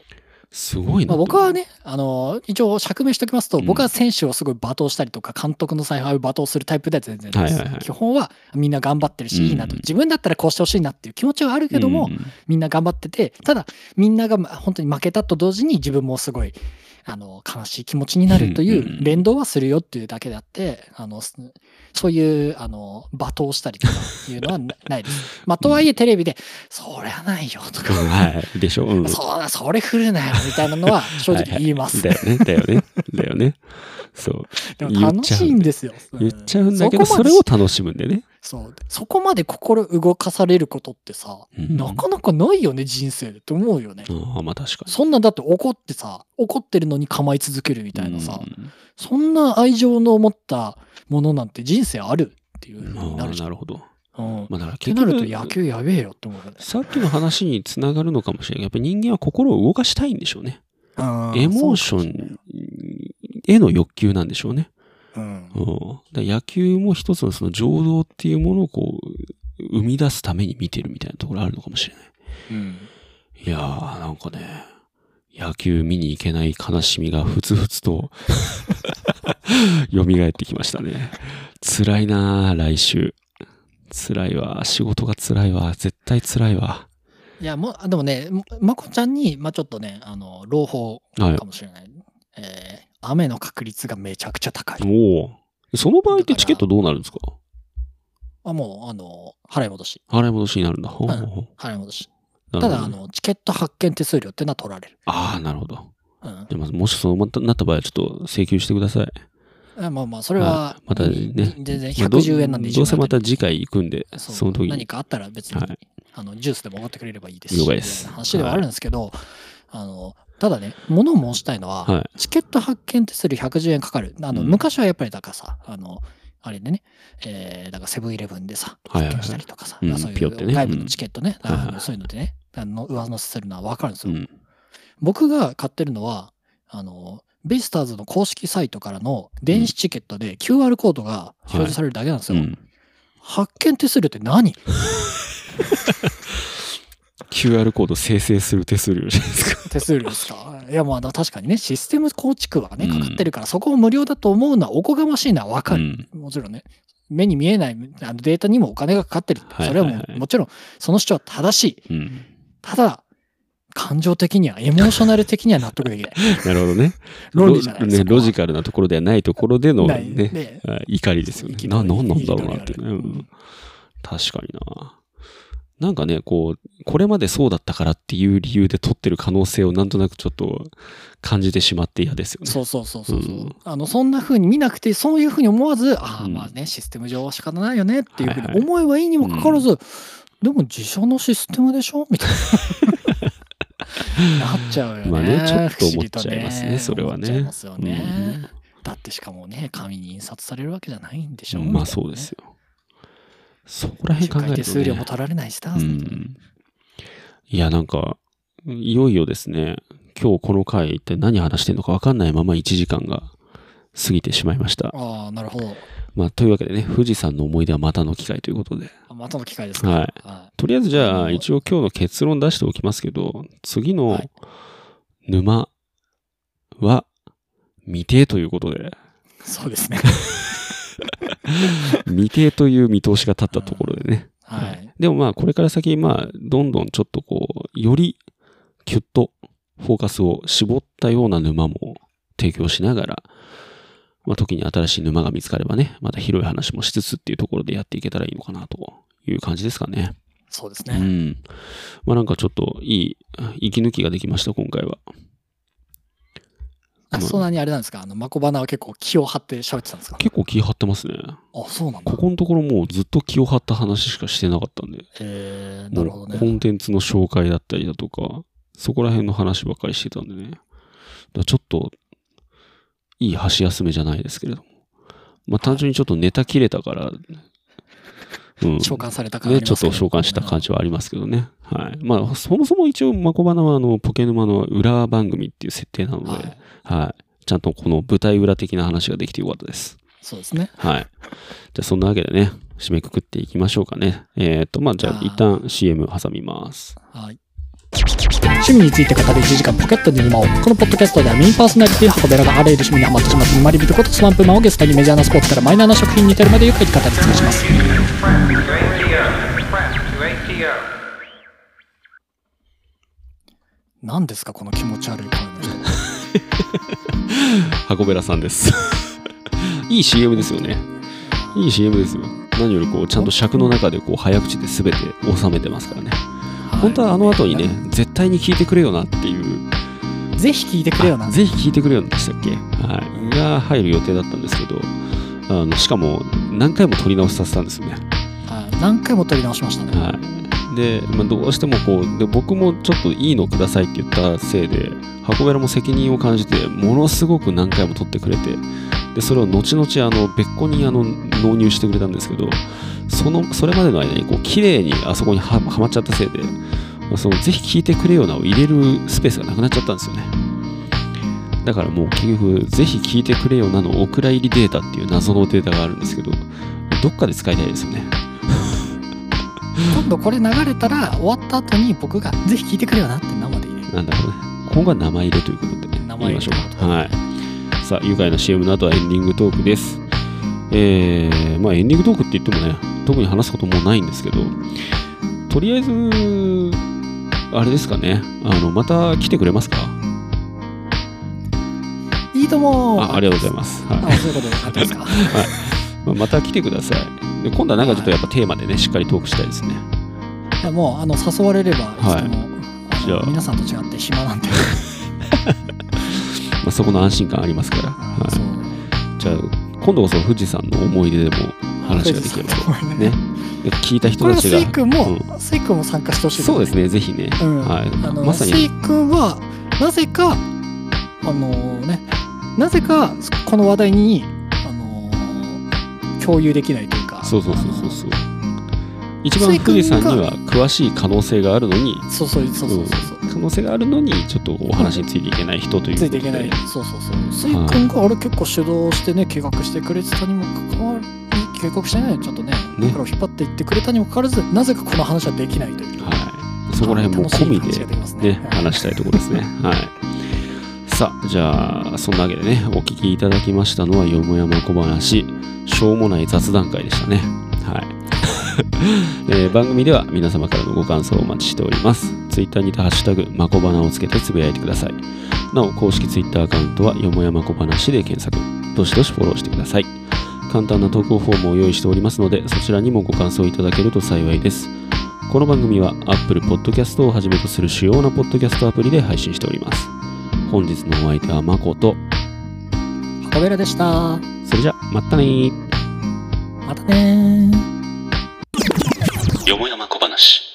Speaker 1: すごいな
Speaker 2: ま
Speaker 1: と思
Speaker 2: あ、
Speaker 1: う。
Speaker 2: 僕はね、あの、一応釈明しておきますと、
Speaker 1: うん
Speaker 2: 僕は選手をすごい罵倒したりとか、監督の采配を罵倒するタイプでは全然ないです。
Speaker 1: はいはいはい
Speaker 2: 基本はみんな頑張ってるし、
Speaker 1: うん
Speaker 2: いいなと。自分だったらこうしてほしいなっていう気持ちはあるけども、
Speaker 1: うん
Speaker 2: みんな頑張ってて、ただ、みんながま本当に負けたと同時に自分もすごい、あの、悲しい気持ちになるとい
Speaker 1: うんうんう
Speaker 2: うん連動はするよっていうだけであって、あの、すそういう、あの、罵倒したりとかいうのはなないです。まあ、とはいえテレビで、そりゃないよとか、
Speaker 1: はい。でしょ。うん。
Speaker 2: そうだ、それ振るなよみたいな
Speaker 1: (laughs)
Speaker 2: のは正直言います。
Speaker 1: だよね。だよね。だよね。そう。
Speaker 2: でも楽しいんですよ。
Speaker 1: 言っちゃうんだけど、
Speaker 2: うん
Speaker 1: それを楽しむんでね。
Speaker 2: そこまでそうそこまで心動かされることってさ、
Speaker 1: うん
Speaker 2: なかなかないよね、人生でって思うよね。
Speaker 1: ああ、まあ確かに。
Speaker 2: そんなだって怒ってさ、怒ってるのに構い続けるみたいなさ、
Speaker 1: うん
Speaker 2: そんな愛情の持ったものなんて人生あるっていうふうにな
Speaker 1: あ
Speaker 2: る
Speaker 1: あ
Speaker 2: じゃ。
Speaker 1: なんるほど。
Speaker 2: うんっ
Speaker 1: まあだから
Speaker 2: て
Speaker 1: 結
Speaker 2: な
Speaker 1: 局
Speaker 2: ると野球やべえよって思うよね。
Speaker 1: さっきの話につながるのかもしれない。やっぱり人間は心を動かしたいんでしょうね。エモーションへの欲求なんでしょうね。
Speaker 2: ョン
Speaker 1: うん、だから野球も一つのその情動っていうものをこう、生み出すために見てるみたいなところあるのかもしれない。
Speaker 2: うん。
Speaker 1: いやー、なんかね、野球見に行けない悲しみがふつふつと、蘇ってきましたね。辛いなー、来週。辛いわ。仕事が辛いわ。絶対辛いわ。
Speaker 2: いや、もう、でもね、まこちゃんに、まあちょっとね、あの、朗報
Speaker 1: はい
Speaker 2: か。もしれない。えー雨の確率がめちゃくちゃ高い。
Speaker 1: おお。その場合ってチケットどうなるんですか
Speaker 2: あもう、あの、払い戻し。
Speaker 1: 払い戻しになるんだ。ほうほうほう
Speaker 2: 払い戻し。
Speaker 1: な
Speaker 2: た
Speaker 1: る
Speaker 2: だ、
Speaker 1: ほ
Speaker 2: あ
Speaker 1: どね
Speaker 2: の、チケット発券手数料っていうのは取られる。
Speaker 1: あー、なるほど。
Speaker 2: うん
Speaker 1: でも、もしそうなった場合はちょっと請求してください。
Speaker 2: あ。まあまあ、それは
Speaker 1: あ、またね
Speaker 2: 全然110円なんで
Speaker 1: どうせまた次
Speaker 2: 回、
Speaker 1: 回行くんで、
Speaker 2: そ
Speaker 1: そうの時
Speaker 2: 何
Speaker 1: に。
Speaker 2: かあったら別に、
Speaker 1: はい
Speaker 2: あの、ジュースでもおごってくれればいいですし。
Speaker 1: 了解です
Speaker 2: みたいな話ではあるんですけど、あの、ただね、物を申したいのは、
Speaker 1: はい。
Speaker 2: チケット発券手数料110円かかる。あの、
Speaker 1: うん
Speaker 2: 昔はやっぱりだからさ、あの、あれでね、えー、だからセブンイレブンでさ、
Speaker 1: はいはいはい
Speaker 2: 発券したりとかさ、
Speaker 1: うん
Speaker 2: そうい
Speaker 1: ピヨって
Speaker 2: う
Speaker 1: ね
Speaker 2: 外部のチケットね、
Speaker 1: うんはい
Speaker 2: あ
Speaker 1: は
Speaker 2: の
Speaker 1: い
Speaker 2: そういうのでね、あの、上乗せするのはわかるんです
Speaker 1: う
Speaker 2: よ。
Speaker 1: ん。
Speaker 2: 僕が買ってるのは、あの、ベイスターズの公式サイトからの電子チケットで QR コードが表示されるだけなんです
Speaker 1: う
Speaker 2: よ。
Speaker 1: ん。
Speaker 2: 発券手数料って何
Speaker 1: QR コード生成する手数料じゃないですか。
Speaker 2: 手数料ですかいや、まあ確かにね、システム構築はね、
Speaker 1: うん
Speaker 2: かかってるから、そこを無料だと思うのはおこがましいのはわか
Speaker 1: う
Speaker 2: る。
Speaker 1: ん
Speaker 2: もちろんね、目に見えないあのデータにもお金がかかってる。
Speaker 1: はい
Speaker 2: それはも
Speaker 1: はいは
Speaker 2: う、
Speaker 1: い
Speaker 2: もちろん、その主張は正しい。
Speaker 1: うん。
Speaker 2: ただ、感情的には、エモーショナル的には納得できない。
Speaker 1: なるほどね。
Speaker 2: (laughs) 論理じゃない
Speaker 1: ロ
Speaker 2: です
Speaker 1: ね
Speaker 2: か。
Speaker 1: ロジカルなところではないところでの
Speaker 2: ない
Speaker 1: ね、
Speaker 2: ね
Speaker 1: あ怒りですよね。
Speaker 2: 憤り
Speaker 1: な、なんなんだろうなっていうね。
Speaker 2: 憤りがある
Speaker 1: うん確かにな。なんかね、こう、これまでそうだったからっていう理由で取ってる可能性をなんとなくちょっと感じてしまって嫌ですよね。
Speaker 2: そうそうそうそうそう、
Speaker 1: うん
Speaker 2: あのそんな風に見なくてそういう風に思わずああ
Speaker 1: うん
Speaker 2: まあね、システム上は仕方ないよねっていう風
Speaker 1: はいは
Speaker 2: に
Speaker 1: い
Speaker 2: 思えばいいにもかかわらず、でも自社のシステムでしょ
Speaker 1: (laughs)
Speaker 2: みたいななっちゃうよね,、
Speaker 1: まあねちょっと
Speaker 2: 不思
Speaker 1: 思っ
Speaker 2: 議と
Speaker 1: ちゃいますねそれはね
Speaker 2: 思っちゃいますよね、
Speaker 1: うん
Speaker 2: だってしかもね紙に印刷されるわけじゃないんでしょ、
Speaker 1: まあそうです
Speaker 2: よ
Speaker 1: よ。そこら辺考えると、ね。
Speaker 2: 手数料も取られないしさ、
Speaker 1: うんいや、なんか、いよいよですね、今日この回一体何話してんのか分かんないまま1時間が過ぎてしまいました。
Speaker 2: ああなるほど
Speaker 1: まあ、というわけでね、富士山の思い出はまたの機会ということで。
Speaker 2: あまたの機会ですか、
Speaker 1: はい
Speaker 2: は
Speaker 1: とりあえずじゃ
Speaker 2: う
Speaker 1: あ、
Speaker 2: ん
Speaker 1: 一応今日の結論出しておきますけど、次の
Speaker 2: はい
Speaker 1: 沼は未定ということで、
Speaker 2: いそ
Speaker 1: (laughs)
Speaker 2: うですね
Speaker 1: 未定という見通しが立ったところでね。
Speaker 2: はい
Speaker 1: でもまあ、これから先、まあ、どんどんちょっとこう、よりキュッとフォーカスを絞ったような沼も提供しながら、まあ、時に新しい沼が見つかればね、また広い話もしつつっていうところでやっていけたらいいのかなという感じですかね。
Speaker 2: そうです
Speaker 1: う
Speaker 2: ね、
Speaker 1: ん。まあ、なんかちょっといい、息抜きができました、今回は。
Speaker 2: あ
Speaker 1: まあ
Speaker 2: そんなにあれなんですかあの、マコバナは結構気を張って喋ってたんですか
Speaker 1: 結構気張ってますね。
Speaker 2: あ、そうなんだ
Speaker 1: こ。このところもうずっと気を張った話しかしてなかったんで。
Speaker 2: えー、なるほど
Speaker 1: コ
Speaker 2: ね。
Speaker 1: ンテンツの紹介だったりだとか、そこら辺の話ばっかりしてたんでね。だからちょっと、いい箸休めじゃないですけれども。まあ単純にちょっとネタ切れたから、
Speaker 2: (laughs)
Speaker 1: うん。
Speaker 2: 召喚された感
Speaker 1: ね、ちょっと召喚した感
Speaker 2: じ。
Speaker 1: じはありますけどね。はい。まあ、そもそも一応、マコバナは、あの、ポケ沼の裏番組っていう設定なので、
Speaker 2: は
Speaker 1: はいい、。ちゃんとこの舞台裏的な話ができてよかったです。
Speaker 2: そうですね。
Speaker 1: はい。じゃあ、そんなわけでね、締めくくっていきましょうかね。えっ、と、まあ、じゃあ
Speaker 2: あ、ー
Speaker 1: 一旦 CM 挟みます。
Speaker 2: はい。趣味について語り1時間ポケットで沼をこのポッドキャストではメインパーソナリティ箱べらがあらゆる趣味にハマってしまった沼り人ことスワンプマンをゲストにメジャーなスポーツからマイナーな食品に至るまでゆっくり語り尽くします。
Speaker 4: Press to ATO. Press to ATO.
Speaker 2: 何ですかこの気持ち悪い声の人。
Speaker 1: 箱べらさんです。 (laughs) いい CM ですよね。いい CM ですよ。何よりこう、ちゃんと尺の中でこう、早口で全て収めてますからね。本当はあの後にね、絶対に聞いてくれよなっていう。
Speaker 2: ぜひ聞いてくれよな
Speaker 1: あ。ぜひ聞いてくれよなでしたっけはい。が入る予定だったんですけど、あの、しかも何回も撮り直しさせたんですよね。
Speaker 2: はい何回も撮り直しましたね。
Speaker 1: はい。で、まあ、どうしてもこうで、僕もちょっといいのくださいって言ったせいで、箱べらも責任を感じて、ものすごく何回も取ってくれて、で、それを後々、あの、別個にあの納入してくれたんですけど、その、それまでの間に、こう、綺麗にあそこにははまっちゃったせいで、まあその、ぜひ聞いてくれよなを入れるスペースがなくなっちゃったんですよね。だからもう結局、ぜひ聞いてくれよなのお蔵入りデータっていう謎のデータがあるんですけど、どっかで使いたいですよね。
Speaker 2: 今度これ流れたら終わった後に僕がぜひ聞いてくれよなって生で入れる。
Speaker 1: なんだろうね。今後は名前入れということで、ね、言
Speaker 2: 名前
Speaker 1: いま
Speaker 2: 入れ
Speaker 1: しょ
Speaker 2: という
Speaker 1: うか。はい。さあ、愉快な CM の後はエンディングトークです。えー、まあエンディングトークって言ってもね、特に話すこともうないんですけど、とりあえず、あれですかね、あの、また来てくれますか
Speaker 2: いいとも
Speaker 1: あありがとうございます。はい。
Speaker 2: あそういうことで
Speaker 1: (laughs)
Speaker 2: あですか。
Speaker 1: まあまた来てください。で今度はなんかちょっとやっぱテーマでね、しっかりトークしたいですね。
Speaker 2: いやもうあの誘われればいつ
Speaker 1: はい
Speaker 2: でも、あの
Speaker 1: じゃあ
Speaker 2: 皆さんと違って暇なんで、
Speaker 1: まあそこの安心感ありますから。は
Speaker 2: そう
Speaker 1: い。じゃあ、今度こそ富士山の思い出でも話ができればと。ね。で聞いた人
Speaker 2: これ
Speaker 1: た
Speaker 2: は
Speaker 1: ち
Speaker 2: ス
Speaker 1: が。
Speaker 2: イ君も、
Speaker 1: う
Speaker 2: スイ君も参加してほしい
Speaker 1: そうですね、ぜひね。
Speaker 2: うん
Speaker 1: はい
Speaker 2: あの、
Speaker 1: まさ
Speaker 2: ス
Speaker 1: に
Speaker 2: イ、君はなぜかあのねなぜかこの話題にあの共有できないというか
Speaker 1: そうそうそうそうそう。一
Speaker 2: ス
Speaker 1: 番
Speaker 2: イ君
Speaker 1: 富士山に
Speaker 2: が
Speaker 1: は詳しい可能性があるのに
Speaker 2: あ、のそうそうそうそうそうそう
Speaker 1: 可能性があるのに、ちょっとお話についていけない人ということ
Speaker 2: つ
Speaker 1: で。
Speaker 2: いていけない。そうそうそう。スイ君があれ結構主導してね、計画してくれてたにもかかわらず、計画してね、ちょっとね、僕らを引っ張っていってくれたにもかかわらず、なぜかこの話はできないという。
Speaker 1: はい。そこら辺も込み
Speaker 2: 楽しい話
Speaker 1: で
Speaker 2: が、できますね
Speaker 1: ね、話したいところですね。はい。さあ、じゃあ、そんなわけでね、お聞きいただきましたのは、よもやま小話、しょうもない雑談会でしたね。はい。 (laughs) えー番組では皆様からのご感想をお待ちしております。ツイッターにてハッシュタグ、まこばなをつけてつぶやいてください。なお、公式ツイッターアカウントは、よもやまこ話で検索。どしどしフォローしてください。簡単な投稿フォームを用意しておりますので、そちらにもご感想いただけると幸いです。この番組は Apple Podcast をはじめとする主要なポッドキャストアプリで配信しております。本日のお相手はまこと。
Speaker 2: カベラでした。
Speaker 1: それじゃ、まったねー。
Speaker 2: またねー。
Speaker 5: よもやま小話